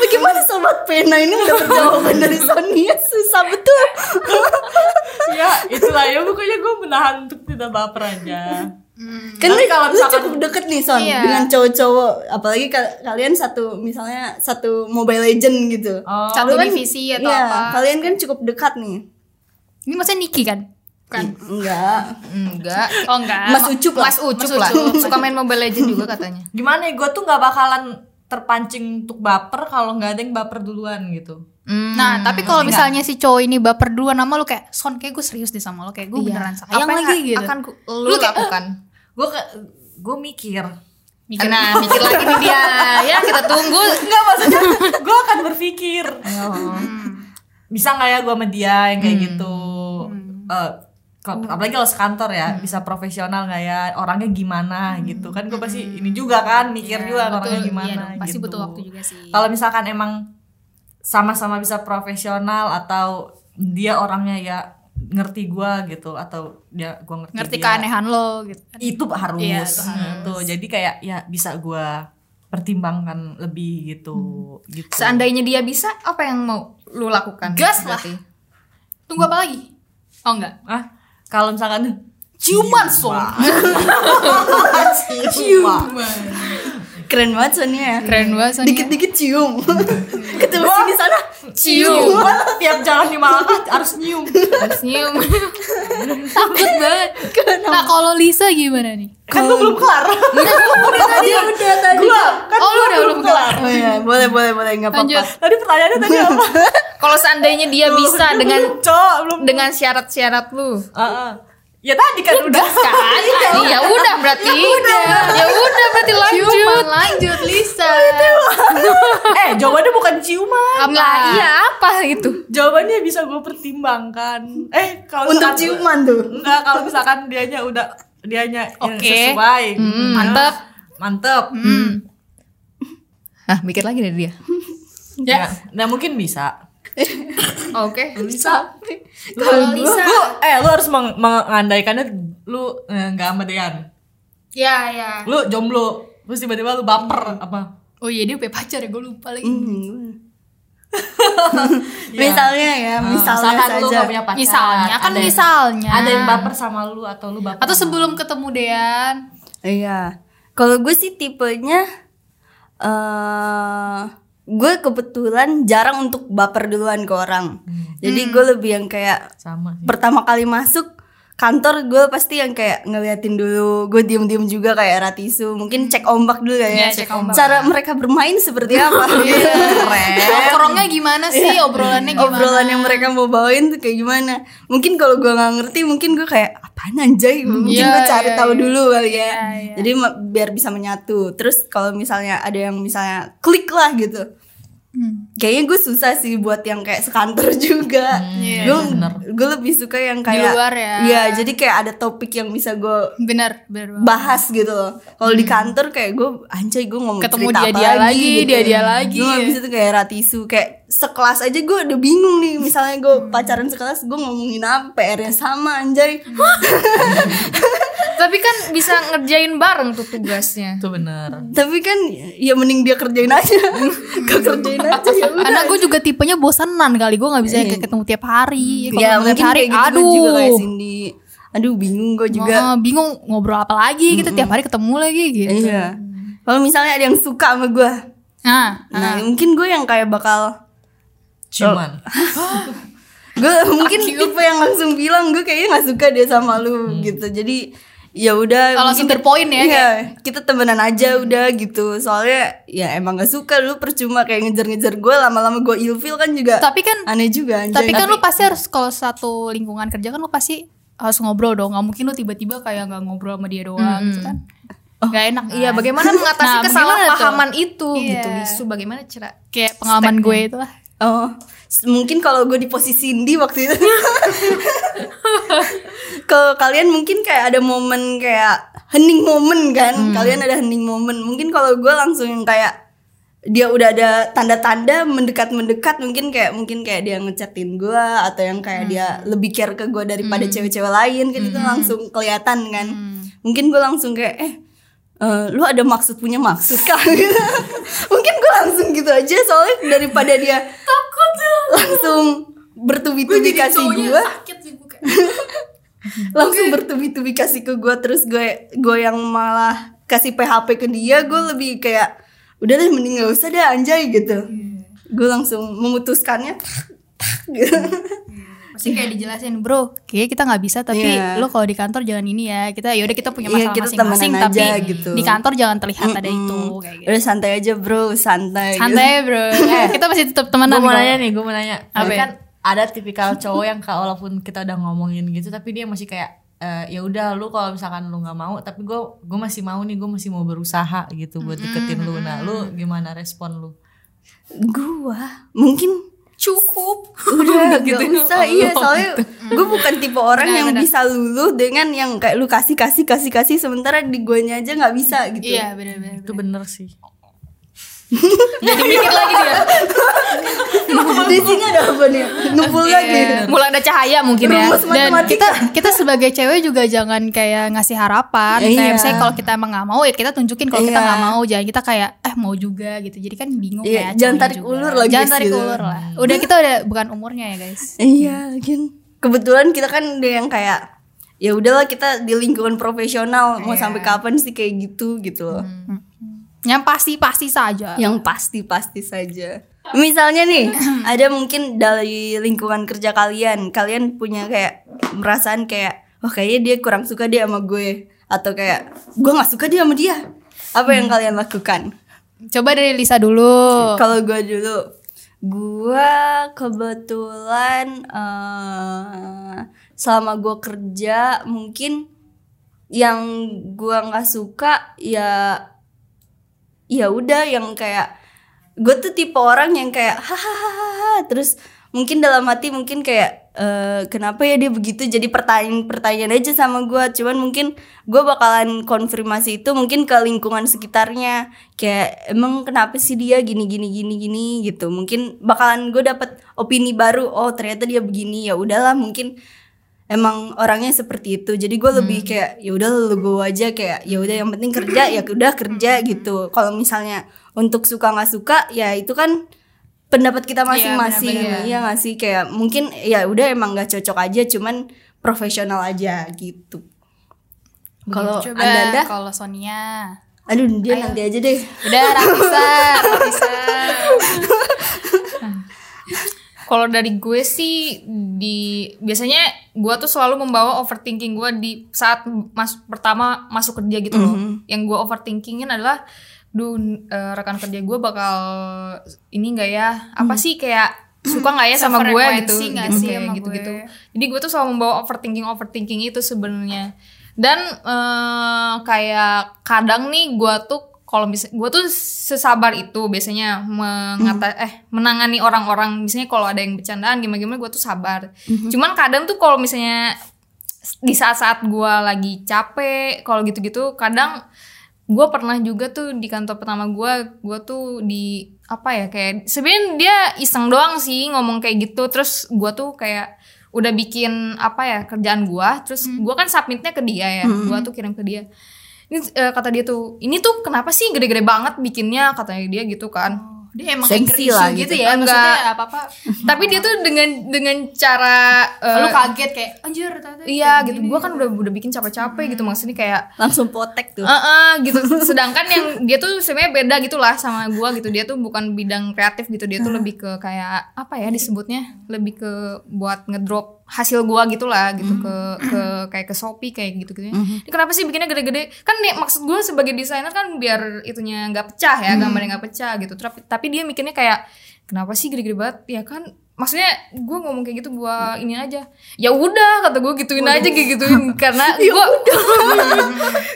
Bagaimana sobat pena ini udah berjawaban dari Sonia susah betul.
ya itulah ya pokoknya gue menahan untuk tidak baper aja
Karena
Tapi kalau
kalau Kan lu
misalkan-
cukup deket nih Son
Iya.
dengan cowok-cowok apalagi ka- kalian satu misalnya satu Mobile Legend gitu.
oh,
satu
Lu kan-
divisi atau
iya,
apa
Kalian kan cukup dekat nih.
ini maksudnya Niki kan
Kan. Enggak.
enggak
oh enggak
Mas Ucup lah.
Mas Ucup
Mas
lah
Ucup.
Hmm, suka main Mobile Legend juga katanya
gimana ya gue tuh nggak bakalan terpancing untuk baper kalau nggak ada yang baper duluan gitu
Hmm,
nah tapi kalau misalnya si cowok ini baper duluan sama lu kayak son kayak gue serius deh sama lu kayak gue beneran sayang
apa
lagi
iya. yang
gitu
akan ku- lu lakukan
gue gue mikir
Mikir-
nah mikir lagi nih dia ya kita tunggu
nggak maksudnya gue akan berpikir
Oh.
bisa nggak ya gue sama dia yang kayak
Hmm.
gitu Eh, kalau- apalagi kalau sekantor ya
Hmm.
bisa profesional nggak ya orangnya gimana gitu kan gue pasti ini juga kan mikir juga orangnya
Betul,
gimana
Hmm. iya dong, pasti
gitu.
butuh waktu juga sih
kalau misalkan emang sama-sama bisa profesional atau dia orangnya ya ngerti gua gitu atau dia gua ngerti,
ngerti
dia,
keanehan lo gitu
itu harus, Hmm,
Iya, itu harus.
Tuh, jadi kayak ya bisa gua pertimbangkan lebih gitu gitu
seandainya dia bisa apa yang mau lu lakukan
Gas lah.
Berarti.
tunggu apa lagi oh enggak
ah kalau misalkan
ciuman son
cium keren banget Sonia ya
keren banget Sonia.
dikit-dikit cium ketemu sini sana cium
tiap jalan di Malaka harus nyium
Harus nyium
takut banget nah kalau Lisa gimana nih Iya,
kan gua belum kelar
udah tadi Iya, udah tadi
gua kan
Oh, lu
gua
udah
belum
belum
kelar
oh iya boleh boleh boleh nggak apa-apa
Lanjut.
tadi pertanyaannya tadi apa
kalau seandainya dia bisa dengan
cowok belum
dengan syarat-syarat lu
Ah, ah. ya tadi kan udah
kan ya udah berarti ya udah berarti lanjut
Ciuman, lanjut Lisa
eh jawabannya bukan ciuman
apa iya apa gitu
jawabannya bisa gue pertimbangkan eh kalau
untuk
misalkan-
ciuman tuh
enggak kalau misalkan dianya udah dianya yang
Oke.
sesuai
mantep.
mantep
ah mikir lagi deh dia
ya nah mungkin bisa
Oke.
Sampai.
Kalau
Lu-
Lisa,
lu, eh lu harus meng- mengandaikannya lu eh, nggak sama Dean.
ya ya.
Lu jomblo, terus tiba-tiba lu baper apa?
Oh iya dia punya pacar ya gue lupa lagi.
Hmm. misalnya ya, misalnya
Misalkan lu
saja.
Ah, nggak punya pacar.
misalnya kan
ada yang-
misalnya.
Ada yang baper sama lu atau lu baper?
Atau sebelum ketemu Dean.
Iya. Kalau gue sih tipenya eh gue kebetulan jarang untuk baper duluan ke orang.
Hmm.
Jadi gue lebih yang kayak
sama sih.
pertama kali masuk kantor gue pasti yang kayak ngeliatin dulu gue diem diem juga kayak ratisu mungkin cek ombak dulu kali
Hmm. Iya,
ya,
cek ombak. Iya,
cara mereka bermain seperti apa Iya.
Nongkrongnya gimana sih? Obrolannya gimana?
obrolan yang mereka mau bawain tuh kayak gimana mungkin kalau gue nggak ngerti mungkin gue kayak apaan anjay mungkin
iya,
gue cari
iya,
tahu
iya.
dulu kali ya jadi ma- biar bisa menyatu terus kalau misalnya ada yang misalnya klik lah gitu
Hmm,
kayaknya gue susah sih buat yang kayak sekantor juga
iya,
gue gue lebih suka yang kayak
luar ya.
iya jadi kayak ada topik yang bisa gue
Bener, bener banget.
bahas gitu loh kalau di kantor kayak gue anjay gue ngomong
Hmm. Ketemu
cerita
dia
apa
dia lagi,
gitu.
dia dia lagi.
gue habis itu kayak ratisu kayak sekelas aja gue udah bingung nih misalnya gue
Hmm.
pacaran sekelas gue ngomongin apa PR-nya sama anjay
Hmm.
Tapi kan bisa ngerjain bareng tuh tugasnya.
Itu bener.
tapi kan ya mending dia kerjain aja gak kerjain aja ya udah Iya.
Karena gue juga tipenya bosanan kali gue nggak bisa kayak ketemu tiap hari. Kalau
ya
ketemu
mungkin
tiap hari,
kayak gitu
Iya, aduh,
gue juga kayak Cindy aduh bingung gue juga Hmm.
Wah, bingung ngobrol apa lagi gitu tiap hari ketemu lagi gitu.
Iya. Kalau misalnya ada yang suka sama gue,
Nah,
nah mungkin gue yang kayak bakal
Cuman.
gue mungkin tipe yang langsung bilang gue kayaknya nggak suka dia sama lu gitu. Jadi ya
Kalau
udah
Hmm. langsung
mungkin-
berpoin ya, Hmm.
Iya, kita temenan aja udah gitu. Soalnya ya emang gak suka lu percuma kayak ngejar-ngejar gue lama-lama gue ilfil kan juga.
tapi kan
aneh juga anjay.
tapi kan lu pasti harus kalau satu lingkungan kerja kan lu pasti harus ngobrol dong nggak mungkin lu tiba-tiba kayak nggak ngobrol sama dia doang gitu kan
Oh.
nggak enak
Iya,
kan?
bagaimana mengatasi
Nah,
kesalahpahaman itu
Iya.
gitu, Lisu? Bagaimana cara?
kayak pengalaman gue itu lah
Oh, s- mungkin kalau gue di posisi Cindy waktu itu. Kalau kalian mungkin kayak ada momen kayak hening momen kan? Kalian ada hening momen. Mungkin kalau gue langsung yang kayak dia udah ada tanda-tanda mendekat-mendekat mungkin kayak mungkin kayak dia ngechatin gue atau yang kayak dia lebih care ke gue daripada cewek-cewek lain kan itu langsung kelihatan kan. Mungkin gue langsung kayak eh Eh, lu ada maksud punya maksud kah? Mungkin gue langsung gitu aja soalnya daripada dia takut langsung bertubi-tubi kasih gue,
Sakit sih gue
langsung bertubi-tubi kasih ke gue terus gue gue yang malah kasih PHP ke dia, gue lebih kayak udah deh mending gak usah deh anjay gitu. Gue langsung memutuskannya. gitu.
pasti kayak dijelasin bro kayak kita nggak bisa tapi
Iya.
lu kalau di kantor jangan ini ya kita yaudah kita punya
Iya,
masalah
kita
masing-masing
temenan
tapi
aja gitu.
di kantor jangan terlihat ada itu kayak gitu
Udah santai aja bro, santai. gitu.
santai bro kita masih tetap temenan
Gue mau
kok.
nanya nih, gue mau nanya.
Apa ya?
kan ada tipikal cowok yang kalau walaupun kita udah ngomongin gitu, tapi dia masih kayak eh, ya udah lu kalau misalkan lu nggak mau, tapi gue gue masih mau nih, gue masih mau berusaha gitu buat deketin lu. Nah, lu gimana respon lu?
Gua mungkin
cukup.
udah gitu usah iya soalnya gue bukan tipe orang yang bisa luluh dengan yang kayak lu kasih kasih kasih kasih sementara di guanya aja nggak bisa gitu
iya benar-benar
Itu bener sih.
mikir lagi dia
di sini ada apa nih numpul lagi
Mulai ada cahaya mungkin ya.
dan
rumus
kita
matematika
kita sebagai cewek juga jangan kayak ngasih harapan
Iya.
kayak misalnya kalau kita emang nggak mau ya kita tunjukin kalau kita
Iya.
nggak mau jangan kita kayak eh mau juga gitu jadi kan bingung
Iya,
ya
jangan
cowoknya
tarik ulur lagi
jangan
guys,
tarik
gitu.
ulur lah udah kita udah bukan umurnya ya guys
iya mungkin kebetulan kita kan udah yang kayak ya udahlah kita di lingkungan profesional mau sampai kapan sih kayak gitu gitu loh
yang pasti pasti saja
yang pasti-pasti saja. Misalnya nih, ada mungkin dari lingkungan kerja kalian, kalian punya kayak merasaan kayak, wah kayaknya dia kurang suka dia sama gue, atau kayak gue nggak suka dia sama dia. Apa yang kalian lakukan?
coba dari Lisa dulu
Kalau gue dulu, gue kebetulan eh, selama gue kerja mungkin yang gue nggak suka ya ya udah yang kayak gue tuh tipe orang yang kayak hahaha terus mungkin dalam hati mungkin kayak eh, kenapa ya dia begitu jadi pertanyaan-pertanyaan aja sama gua cuman mungkin gua bakalan konfirmasi itu mungkin ke lingkungan sekitarnya kayak emang kenapa sih dia gini gini gini gini gitu mungkin bakalan gue dapet opini baru oh ternyata dia begini ya udahlah mungkin emang orangnya seperti itu jadi gue lebih kayak ya udah gue aja kayak ya udah yang penting kerja ya udah kerja gitu kalau misalnya untuk suka nggak suka ya itu kan pendapat kita masing-masing ya, nggak sih kayak mungkin ya udah emang nggak cocok aja cuman profesional aja gitu kalau
Coba
anda anda
kalau Sonia.
aduh dia nanti aja deh
Udah Raksa, Raksa.
Kalau dari gue sih di biasanya gue tuh selalu membawa overthinking gue di saat mas pertama masuk kerja gitu loh. Yang gue overthinkingin adalah, duh eh, rekan kerja gue bakal ini nggak ya? Apa sih kayak suka nggak ya sama gue gitu?
Sefrekuensi nggak sih
Kayak
sama
gitu-gitu.
gue?
gitu. Jadi gue tuh selalu membawa overthinking overthinking itu sebenarnya. Dan eh, kayak kadang nih gue tuh kalau bisa gue tuh sesabar itu biasanya mengata eh menangani orang-orang misalnya kalau ada yang bercandaan gimana-gimana gue tuh sabar. Cuman kadang tuh kalau misalnya di saat-saat gue lagi capek kalau gitu-gitu kadang gue pernah juga tuh di kantor pertama gue gue tuh di apa ya kayak sebenarnya dia iseng doang sih ngomong kayak gitu terus gue tuh kayak udah bikin apa ya kerjaan gue terus
Hmm.
gue kan submitnya ke dia ya gue tuh kirim ke dia ini eh, kata dia tuh ini tuh kenapa sih gede-gede banget bikinnya katanya dia gitu kan
Dia emang
Seksi
anchor issue
lah
gitu,
gitu.
ya.
Enggak.
Maksudnya apa-apa.
tapi dia tuh dengan dengan cara eh,
Lu kaget kayak anjir ternyata
iya
kayak
gitu
gini." Hmm.
gue kan udah udah bikin capek-capek gitu maksudnya kayak
langsung potek tuh
Heeh, gitu. Sedangkan yang dia tuh sebenarnya beda gitu lah sama gua gitu. Dia tuh bukan bidang kreatif gitu. Dia tuh lebih ke kayak apa ya disebutnya? Lebih ke buat ngedrop hasil gua gitu lah gitu ke ke kayak ke Shopee kayak gitu gitu. Ini kenapa sih bikinnya gede-gede? Kan nih, maksud gua sebagai desainer kan biar itunya nggak pecah ya, gambarnya nggak pecah gitu. Tapi tapi dia mikirnya kayak kenapa sih gede-gede banget? Ya kan maksudnya gue ngomong kayak gitu gua ini aja ya udah kata gue gituin aja kayak gituin karena
Ya
gue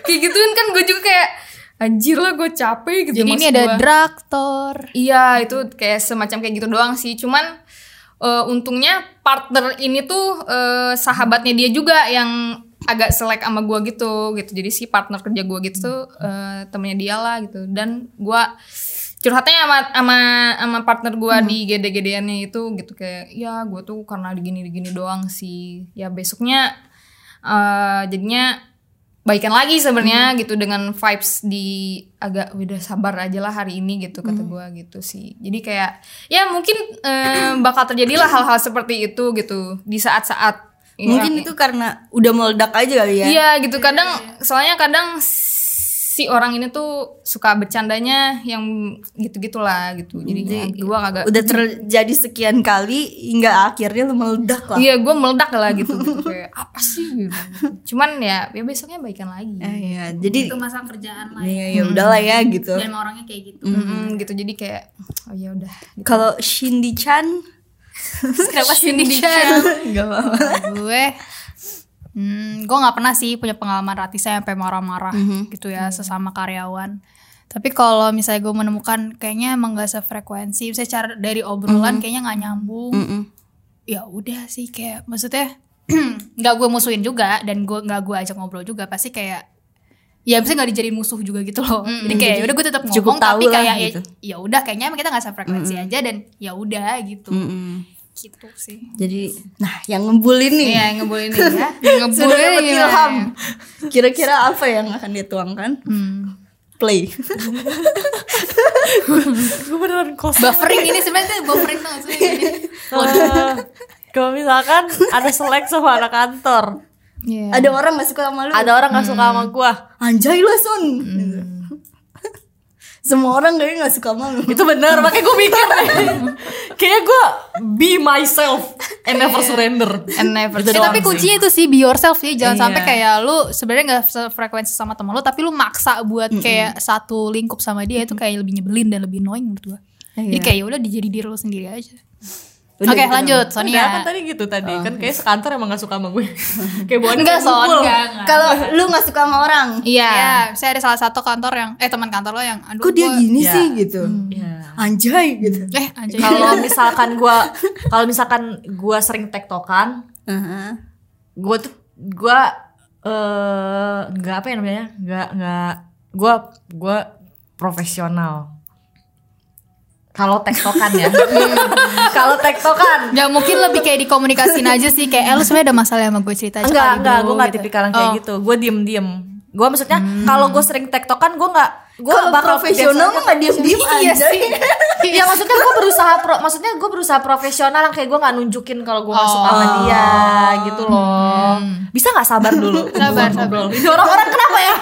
kayak gituin kan gue juga kayak anjir lah gue capek gitu
Jadi ini
maksud
ada
gua.
draktor.
iya itu kayak semacam kayak gitu doang sih cuman eh, untungnya partner ini tuh eh, sahabatnya dia juga yang agak selek sama gua gitu gitu jadi si partner kerja gua gitu tuh eh, temennya dia lah gitu dan gua curhatnya sama sama sama partner gua di gede-gedeannya itu gitu kayak ya gua tuh karena digini-digini doang sih ya besoknya eh, jadinya baikan lagi sebenarnya gitu dengan vibes di agak udah sabar aja lah hari ini gitu kata gua gitu sih jadi kayak ya mungkin eh, bakal terjadilah hal-hal seperti itu gitu di saat-saat ya.
mungkin itu karena udah meledak aja kali ya
Iya gitu kadang soalnya kadang si orang ini tuh suka bercandanya yang gitu-gitulah gitu. Jadi gua kagak
udah terjadi sekian kali hingga akhirnya lu meledak lah
Iya, gua meledak lah gitu, gitu. kayak apa sih gitu. Cuman ya, ya besoknya baikan lagi.
Eh, iya. jadi
Itu masalah kerjaan lah.
ya ya udahlah ya gitu
Dan emang orangnya kayak gitu.
Mm-mm, gitu. Jadi kayak oh ya udah.
kalau Shindy Chan
Kenapa sih
nggak apa-apa
Kalau gue hmm, gue nggak pernah sih punya pengalaman ratisa yang sampai marah-marah
Mhm.
gitu ya sesama karyawan tapi kalau misalnya gue menemukan kayaknya emang gak sefrekuensi misalnya cara dari obrolan
Mhm.
kayaknya nggak nyambung ya udah sih kayak maksudnya nggak gue musuhin juga dan gue nggak gue ajak ngobrol juga pasti kayak ya bisa nggak dijadiin musuh juga gitu loh jadi kayak udah gue tetap
Mhm. cukup
ngomong tapi
tahu lah
kayak ya-
gitu. Mhm.
ya udah kayaknya emang kita nggak sefrekuensi aja dan ya udah gitu gitu sih
jadi nah yang ngebully nih
Iya, ngebulin ini ya.
sudah
Ngebulin
dapat
gimana?
ilham kira-kira apa yang akan dituangkan play
gue beneran kosong
buffering ini sebenarnya tuh buffering tuh maksudnya gini.
Eh, kalau misalkan ada selek sama anak kantor
Iya.
Ya. ada orang gak suka sama lu
ada orang gak suka
Hmm.
sama gue
anjay lah son Gitu. semua orang kayaknya gak suka sama lu
itu bener makanya gue mikir kayaknya gue be myself and never surrender
And never
Gitu
Iya. Eh, tapi
doang
kuncinya itu sih be yourself sih jangan
Iya.
sampai kayak lu sebenarnya nggak frekuensi sama temen lu tapi lu maksa buat kayak satu lingkup sama dia itu kayak lebih nyebelin dan lebih annoying menurut gua jadi kayak ya udah dijadi diri lu sendiri aja oke
Udah gitu
lanjut
Soalnya Udah kan
Sonia Oh, iya.
tadi gitu tadi kan kayak sekantor emang gak suka sama gue kayak buat
enggak Son enggak
kalau lu gak suka sama orang
Iya.
ya saya ada salah satu kantor yang eh teman kantor lo yang aduh
kok dia
gua-
gini
Ya.
sih gitu
Iya.
anjay gitu
eh anjay
kalau misalkan gua kalau misalkan gua sering tektokan
Heeh.
gue tuh gue eh nggak apa ya namanya nggak nggak gue gue profesional kalau tektokan ya kalau tektokan
Ya mungkin lebih kayak dikomunikasin aja sih kayak eh, lu sebenarnya ada masalah sama gue cerita
enggak enggak gue nggak
nggak
tipikal yang
Oh,
kayak gitu gue diem diem gue maksudnya kalau gue sering tektokan gue nggak gue
Kalau
bakal
profesional mah nggak diem diem
Iya
aja
sih.
ya maksudnya gue berusaha pro, maksudnya gue berusaha profesional yang kayak gue nggak nunjukin kalau gue masuk sama dia gitu loh bisa nggak sabar dulu
Sabar,
Gua
sabar.
ngobrol. Ini orang-orang kenapa ya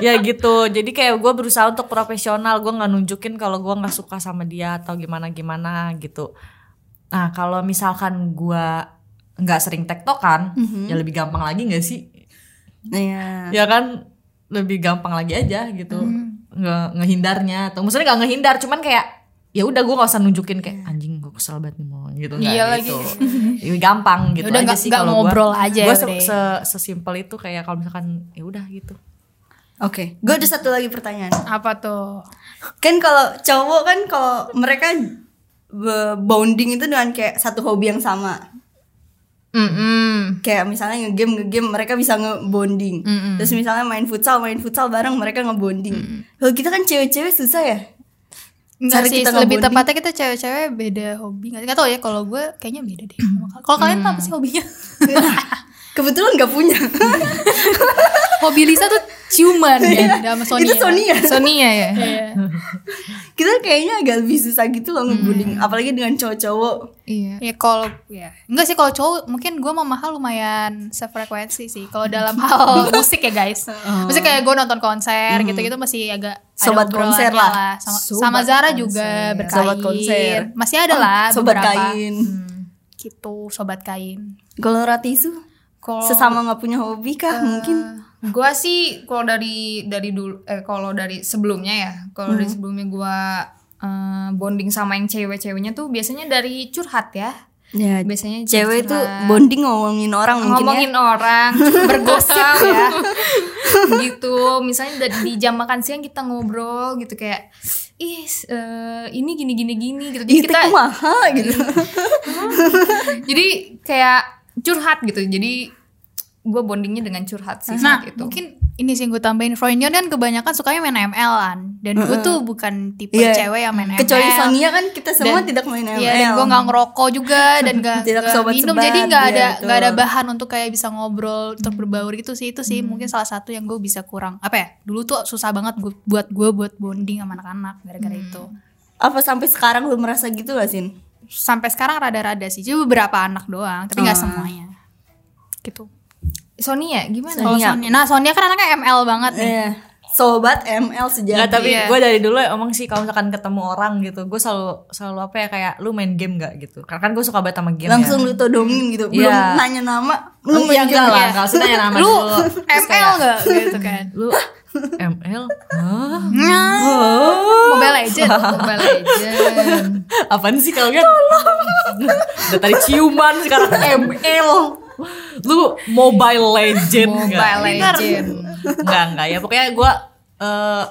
ya gitu jadi kayak gue berusaha untuk profesional gue nggak nunjukin kalau gue nggak suka sama dia atau gimana gimana gitu nah kalau misalkan gue nggak sering tektokan ya lebih gampang lagi nggak sih
Iya.
ya kan lebih gampang lagi aja gitu nggak ngehindarnya atau maksudnya nggak ngehindar cuman kayak ya udah gue gak usah nunjukin kayak anjing gue kesel banget nih mau gitu nggak
Iya
gitu. Lebih gampang gitu
Yaudah,
aja
nggak-
sih
nggak
kalau
ngobrol aja
gue
ya udah ya.
sesimpel itu kayak kalau misalkan ya udah gitu
Oke, gue ada satu lagi pertanyaan.
apa tuh
Kan kalau cowok kan kalau mereka be- bonding itu dengan kayak satu hobi yang sama.
Mm-mm.
Kayak misalnya ngegame ngegame mereka bisa ngebonding. Terus misalnya main futsal main futsal bareng mereka ngebonding. Kalau kita kan cewek-cewek susah ya.
Enggak
Cara
sih,
kita
lebih
ngebonding.
tepatnya kita cewek-cewek beda hobi Gak, tau ya, kalau gue kayaknya beda deh Kalau kalian tuh
Hmm.
apa sih hobinya?
Kebetulan nggak punya.
Hobi Lisa tuh ciuman ya, sama Sonia
Iya. Itu Sonia.
Sonia ya
Iya.
Kita kayaknya agak lebih susah gitu loh ngebonding. Apalagi dengan cowok-cowok.
iya
Ya kalau ya. Enggak sih kalau cowok mungkin gue sama mahal lumayan sefrekuensi sih kalau dalam hal musik ya guys. Musik kayak gue nonton konser gitu-gitu masih agak ada
Hmm. Sobat konser lah.
obrolannya Sama, sama Zara juga berkain.
Sobat konser. Oh,
Masih ada lah
sobat
beberapa.
kain.
Gitu, sobat kain.
Kalau Ratisu
kalau
sesama nggak punya
Eh,
hobi kah mungkin?
gua sih kalau dari dari dulu eh kalau dari sebelumnya ya kalau
Hmm.
dari sebelumnya gua eh, bonding sama yang cewek-ceweknya tuh biasanya dari curhat ya
Ya,
biasanya
cewek itu
curhat.
bonding ngomongin orang mungkin ya.
ngomongin orang bergosip ya gitu misalnya da- di jam makan siang kita ngobrol gitu kayak ih s- eh, ini gini gini gini gitu jadi
Ih,
kita
kita kumaha gitu.
jadi kayak curhat gitu jadi gue bondingnya dengan curhat sih
Nah,
saat itu.
mungkin ini sih yang gue tambahin Froynion kan kebanyakan sukanya main ML-an kan? dan gue tuh bukan tipe
Iya.
cewek yang main ML.
Kecuali Sonia kan kita semua
Dan-
tidak main ML.
Iya, dan gue nggak ngerokok juga dan nggak
Tidak
nggak
sobat
minum,
sebat,
jadi nggak
iya,
ada
betul.
nggak ada bahan untuk kayak bisa ngobrol untuk berbaur gitu sih itu sih mungkin salah satu yang gue bisa kurang apa ya dulu tuh susah banget gua- buat gue buat bonding sama anak-anak gara-gara
Mm.
itu
Apa sampai sekarang lu merasa gitu gak Sin?
sampai sekarang rada-rada sih cuma beberapa anak doang tapi
Ah.
nggak semuanya gitu
Sonia gimana
Kalau Sonia, nah Sonia kan anaknya ML banget nih
Iya. Sobat ML sejati.
Nggak, tapi
Iya.
gue dari dulu emang sih kalau misalkan ketemu orang gitu gue selalu selalu apa ya kayak lu main game nggak gitu karena kan gue suka banget
Iya.
sama game
langsung
ya.
lu todongin gitu. Belum
Iya.
nanya nama,
lu
lu main
enggak
game
lah
ya?
nggak usah nanya nama
lu
dulu. Terus
ML
kayak,
nggak gitu kan
lu ML Hah?
Mobile Legend
Mobile Legends.
Apaan sih kalian? Udah tadi ciuman sekarang ML. Lu Mobile Legend nggak?
Mobile Legend.
Enggak, enggak ya. Pokoknya gua eh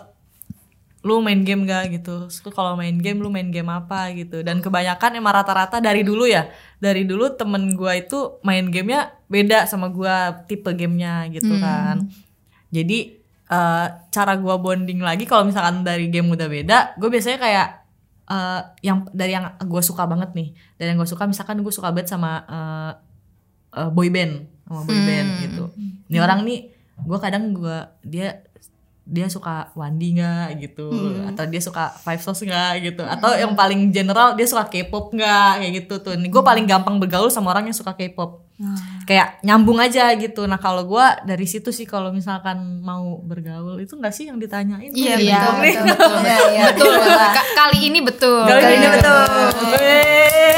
lu main game gak gitu Terus lu kalau main game lu main game apa gitu dan kebanyakan emang rata-rata dari dulu ya dari dulu temen gua itu main gamenya beda sama gua tipe gamenya gitu kan jadi eh, cara gua bonding lagi kalau misalkan dari game udah beda gue biasanya kayak eh, yang dari yang gua suka banget nih dari yang gue suka misalkan gue suka banget sama eh, eh, boy band sama boy band gitu ini orang nih gue kadang gua dia dia suka Wandi nggak gitu atau dia suka Five Souls nggak gitu atau yang paling general dia suka K-pop nggak kayak gitu tuh nih gue paling gampang bergaul sama orang yang suka K-pop kayak nyambung aja gitu nah kalau gua dari situ sih kalau misalkan mau bergaul itu nggak sih yang ditanyain
Iya,
Gua jadi
iya,
bingung nih.
betul, betul.
Iya, iya.
Betul. Ka- kali ini betul.
Gaul
Kali ini
ini
betul.
Weh.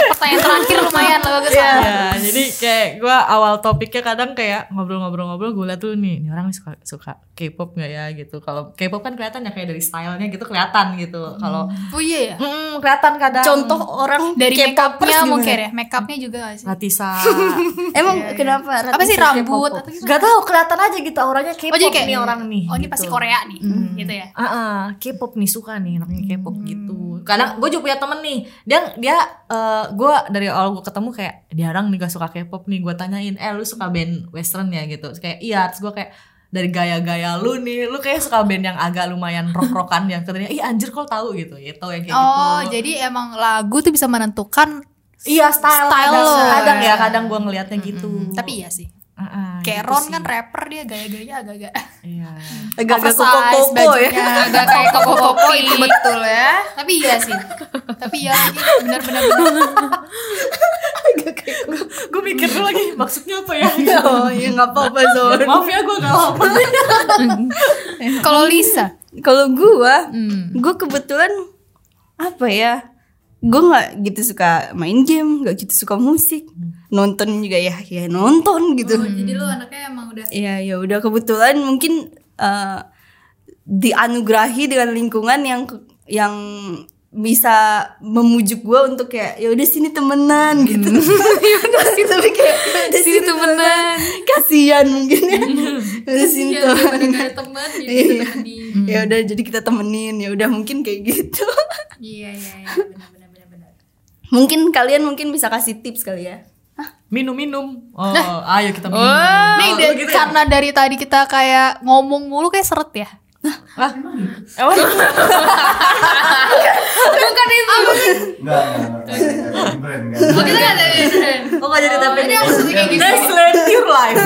pertanyaan terakhir lumayan lah bagus lah.
Ya, jadi nih kayak gue awal topiknya kadang kayak ngobrol-ngobrol-ngobrol gue liat tuh nih, nih orang suka suka K-pop nggak ya gitu. Kalau K-pop kan kelihatan ya kayak dari stylenya gitu kelihatan gitu. Kalau
Oh iya ya.
Mm, kelihatan kadang.
Contoh orang
Dari
K-popers gitu.
makeupnya
gimana?
mungkin ya, makeupnya juga gak sih?
Latisa.
Emang
Iya,
kenapa?
Apa sih rambut? Atau gimana?
Gak tau kelihatan aja gitu auranya K-pop
jadi kayak-
nih orang nih.
Oh ini pasti
gitu.
Korea nih, gitu ya.
Ah, ah, K-pop nih suka nih anaknya K-pop gitu. Kadang gue juga punya temen nih, dia dia eh, gue dari awal gue ketemu kayak dia orang nih gak suka K-pop nih. Gue tanyain, eh lu suka band western ya gitu? Terus Kayak iya, terus gue kayak dari gaya-gaya lu nih, lu kayak suka band yang agak lumayan rock-rockan yang katanya, ih anjir kok tahu gitu, gitu yang kayak
Oh,
gitu.
jadi emang lagu tuh bisa menentukan
iya style,
Style
kadang,
lo.
kadang ya kadang gue ngelihatnya gitu.
tapi iya sih.
Ah, ah,
Kayak
gitu
Ron
sih.
kan rapper dia gaya-gayanya agak-agak
Iya.
Agak-agak
oversize
koko-koko ya.
agak kayak kopo-kopo itu betul ya
tapi iya sih tapi iya lagi benar-benar
Gue mikir dulu lagi maksudnya apa ya?
Oh, ya nggak apa-apa Zon.
Maaf ya gue gak apa.
kalau Lisa
Kalau gua, gua kebetulan apa ya? Gua nggak gitu suka main game, nggak gitu suka musik, nonton juga ya, ya nonton gitu.
jadi lu anaknya emang udah
Ya ya udah kebetulan mungkin eh, dianugerahi dengan lingkungan yang yang bisa memujuk gue untuk kayak ya udah sini temenan gitu Kasih tapi kayak udah sini temenan kasihan mungkin ya udah sini temenan
ada teman gitu
Iya.
temenin.
ya udah jadi kita temenin ya udah mungkin kayak gitu
iya iya iya benar-benar benar-benar
mungkin kalian mungkin bisa kasih tips kali ya
minum-minum. Oh, ayo kita minum. Oh,
nih da- karena dari tadi kita kayak ngomong mulu kayak seret ya
Emang
bukan itu
Enggak, enggak, brand enggak.
kita nggak ada
oh nggak jadi tapi
jadi aku suka kayak gitu
Let's learn your life.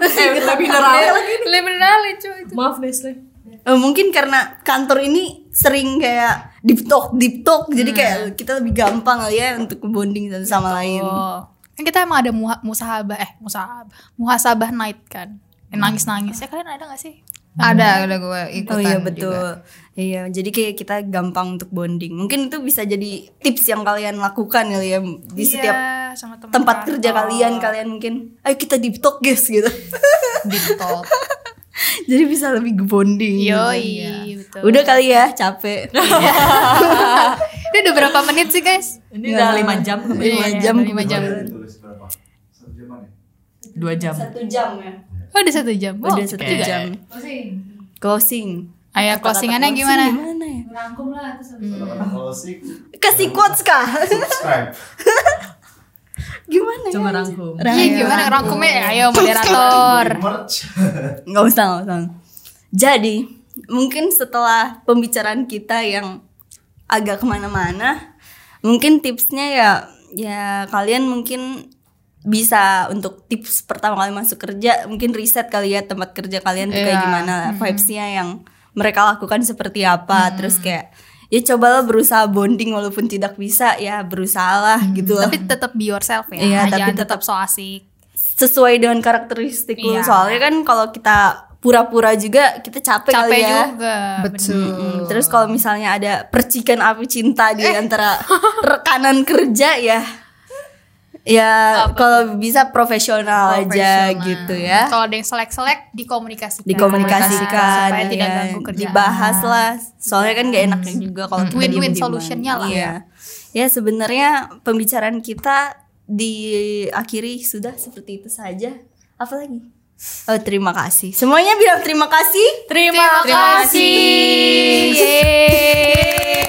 eh, kita
Iya.
mineral.
liberale cuy itu
Maaf Nestle.
Eh, mungkin karena kantor ini sering kayak deep talk deep talk jadi kayak kita lebih gampang kali ya untuk bonding satu sama lain
oh kan kita emang ada muha- musahabah eh musahabah muhasabah night kan
Hmm.
nangis-nangis ya kalian ada gak sih
ada udah gue ikutan
oh iya
juga.
betul iya jadi kayak kita gampang untuk bonding mungkin itu bisa jadi tips yang kalian lakukan kali ya di setiap
Iya, sama teman
tempat
kantor.
kerja kalian kalian mungkin ayo kita deep talk guys gitu
di top
jadi bisa lebih bonding Iya.
Yoi, betul.
udah kali ya capek
Ini udah berapa menit sih guys? Iya,
Ini udah
Iya.
5 jam kemarin.
lima jam
udah lima jam.
Tulis berapa? Satu jaman ya?
2 jam.
satu jam ya
Oh, udah satu jam. Oh,
udah satu
oke.
jam closing
Ayo Ya, closingannya gimana? Eh,
Closing gimana ya
Kata-kata closing,
kasih quotes kah
subscribe.
gimana
Coba
ya?
rangkum.
Iya gimana rangkumnya? ya? Ayo moderator.
Merch.
nggak usah nggak usah jadi mungkin setelah pembicaraan kita yang agak kemana-mana mungkin tipsnya ya ya kalian mungkin bisa untuk tips pertama kali masuk kerja mungkin riset kali ya tempat kerja kalian tuh kayak
Iya.
gimana vibesnya yang mereka lakukan seperti apa terus kayak ya cobalah berusaha bonding walaupun tidak bisa ya berusaha lah gitu lah
Tapi tetap be yourself ya.
Iya, tapi
Jangan tetap
tetap-
so asik.
sesuai dengan karakteristik lu
Iya.
soalnya kan kalau kita pura-pura juga kita capek,
Capek
kali ya
juga.
Mm, terus kalau misalnya ada percikan api cinta di
Eh.
antara rekanan kerja ya ya kalau bisa profesional, aja
Profesional.
gitu ya
Kalau ada yang selek-selek dikomunikasikan.
dikomunikasikan
supaya tidak
ya,
ganggu kerjaan.
dibahas lah soalnya kan gak enak juga kalau kita
Win-win
diem-dieman.
solution-nya lah.
Iya. ya sebenarnya pembicaraan kita diakhiri sudah seperti itu saja apalagi oh terima kasih semuanya bilang terima kasih
Terima, kasih. Yeay.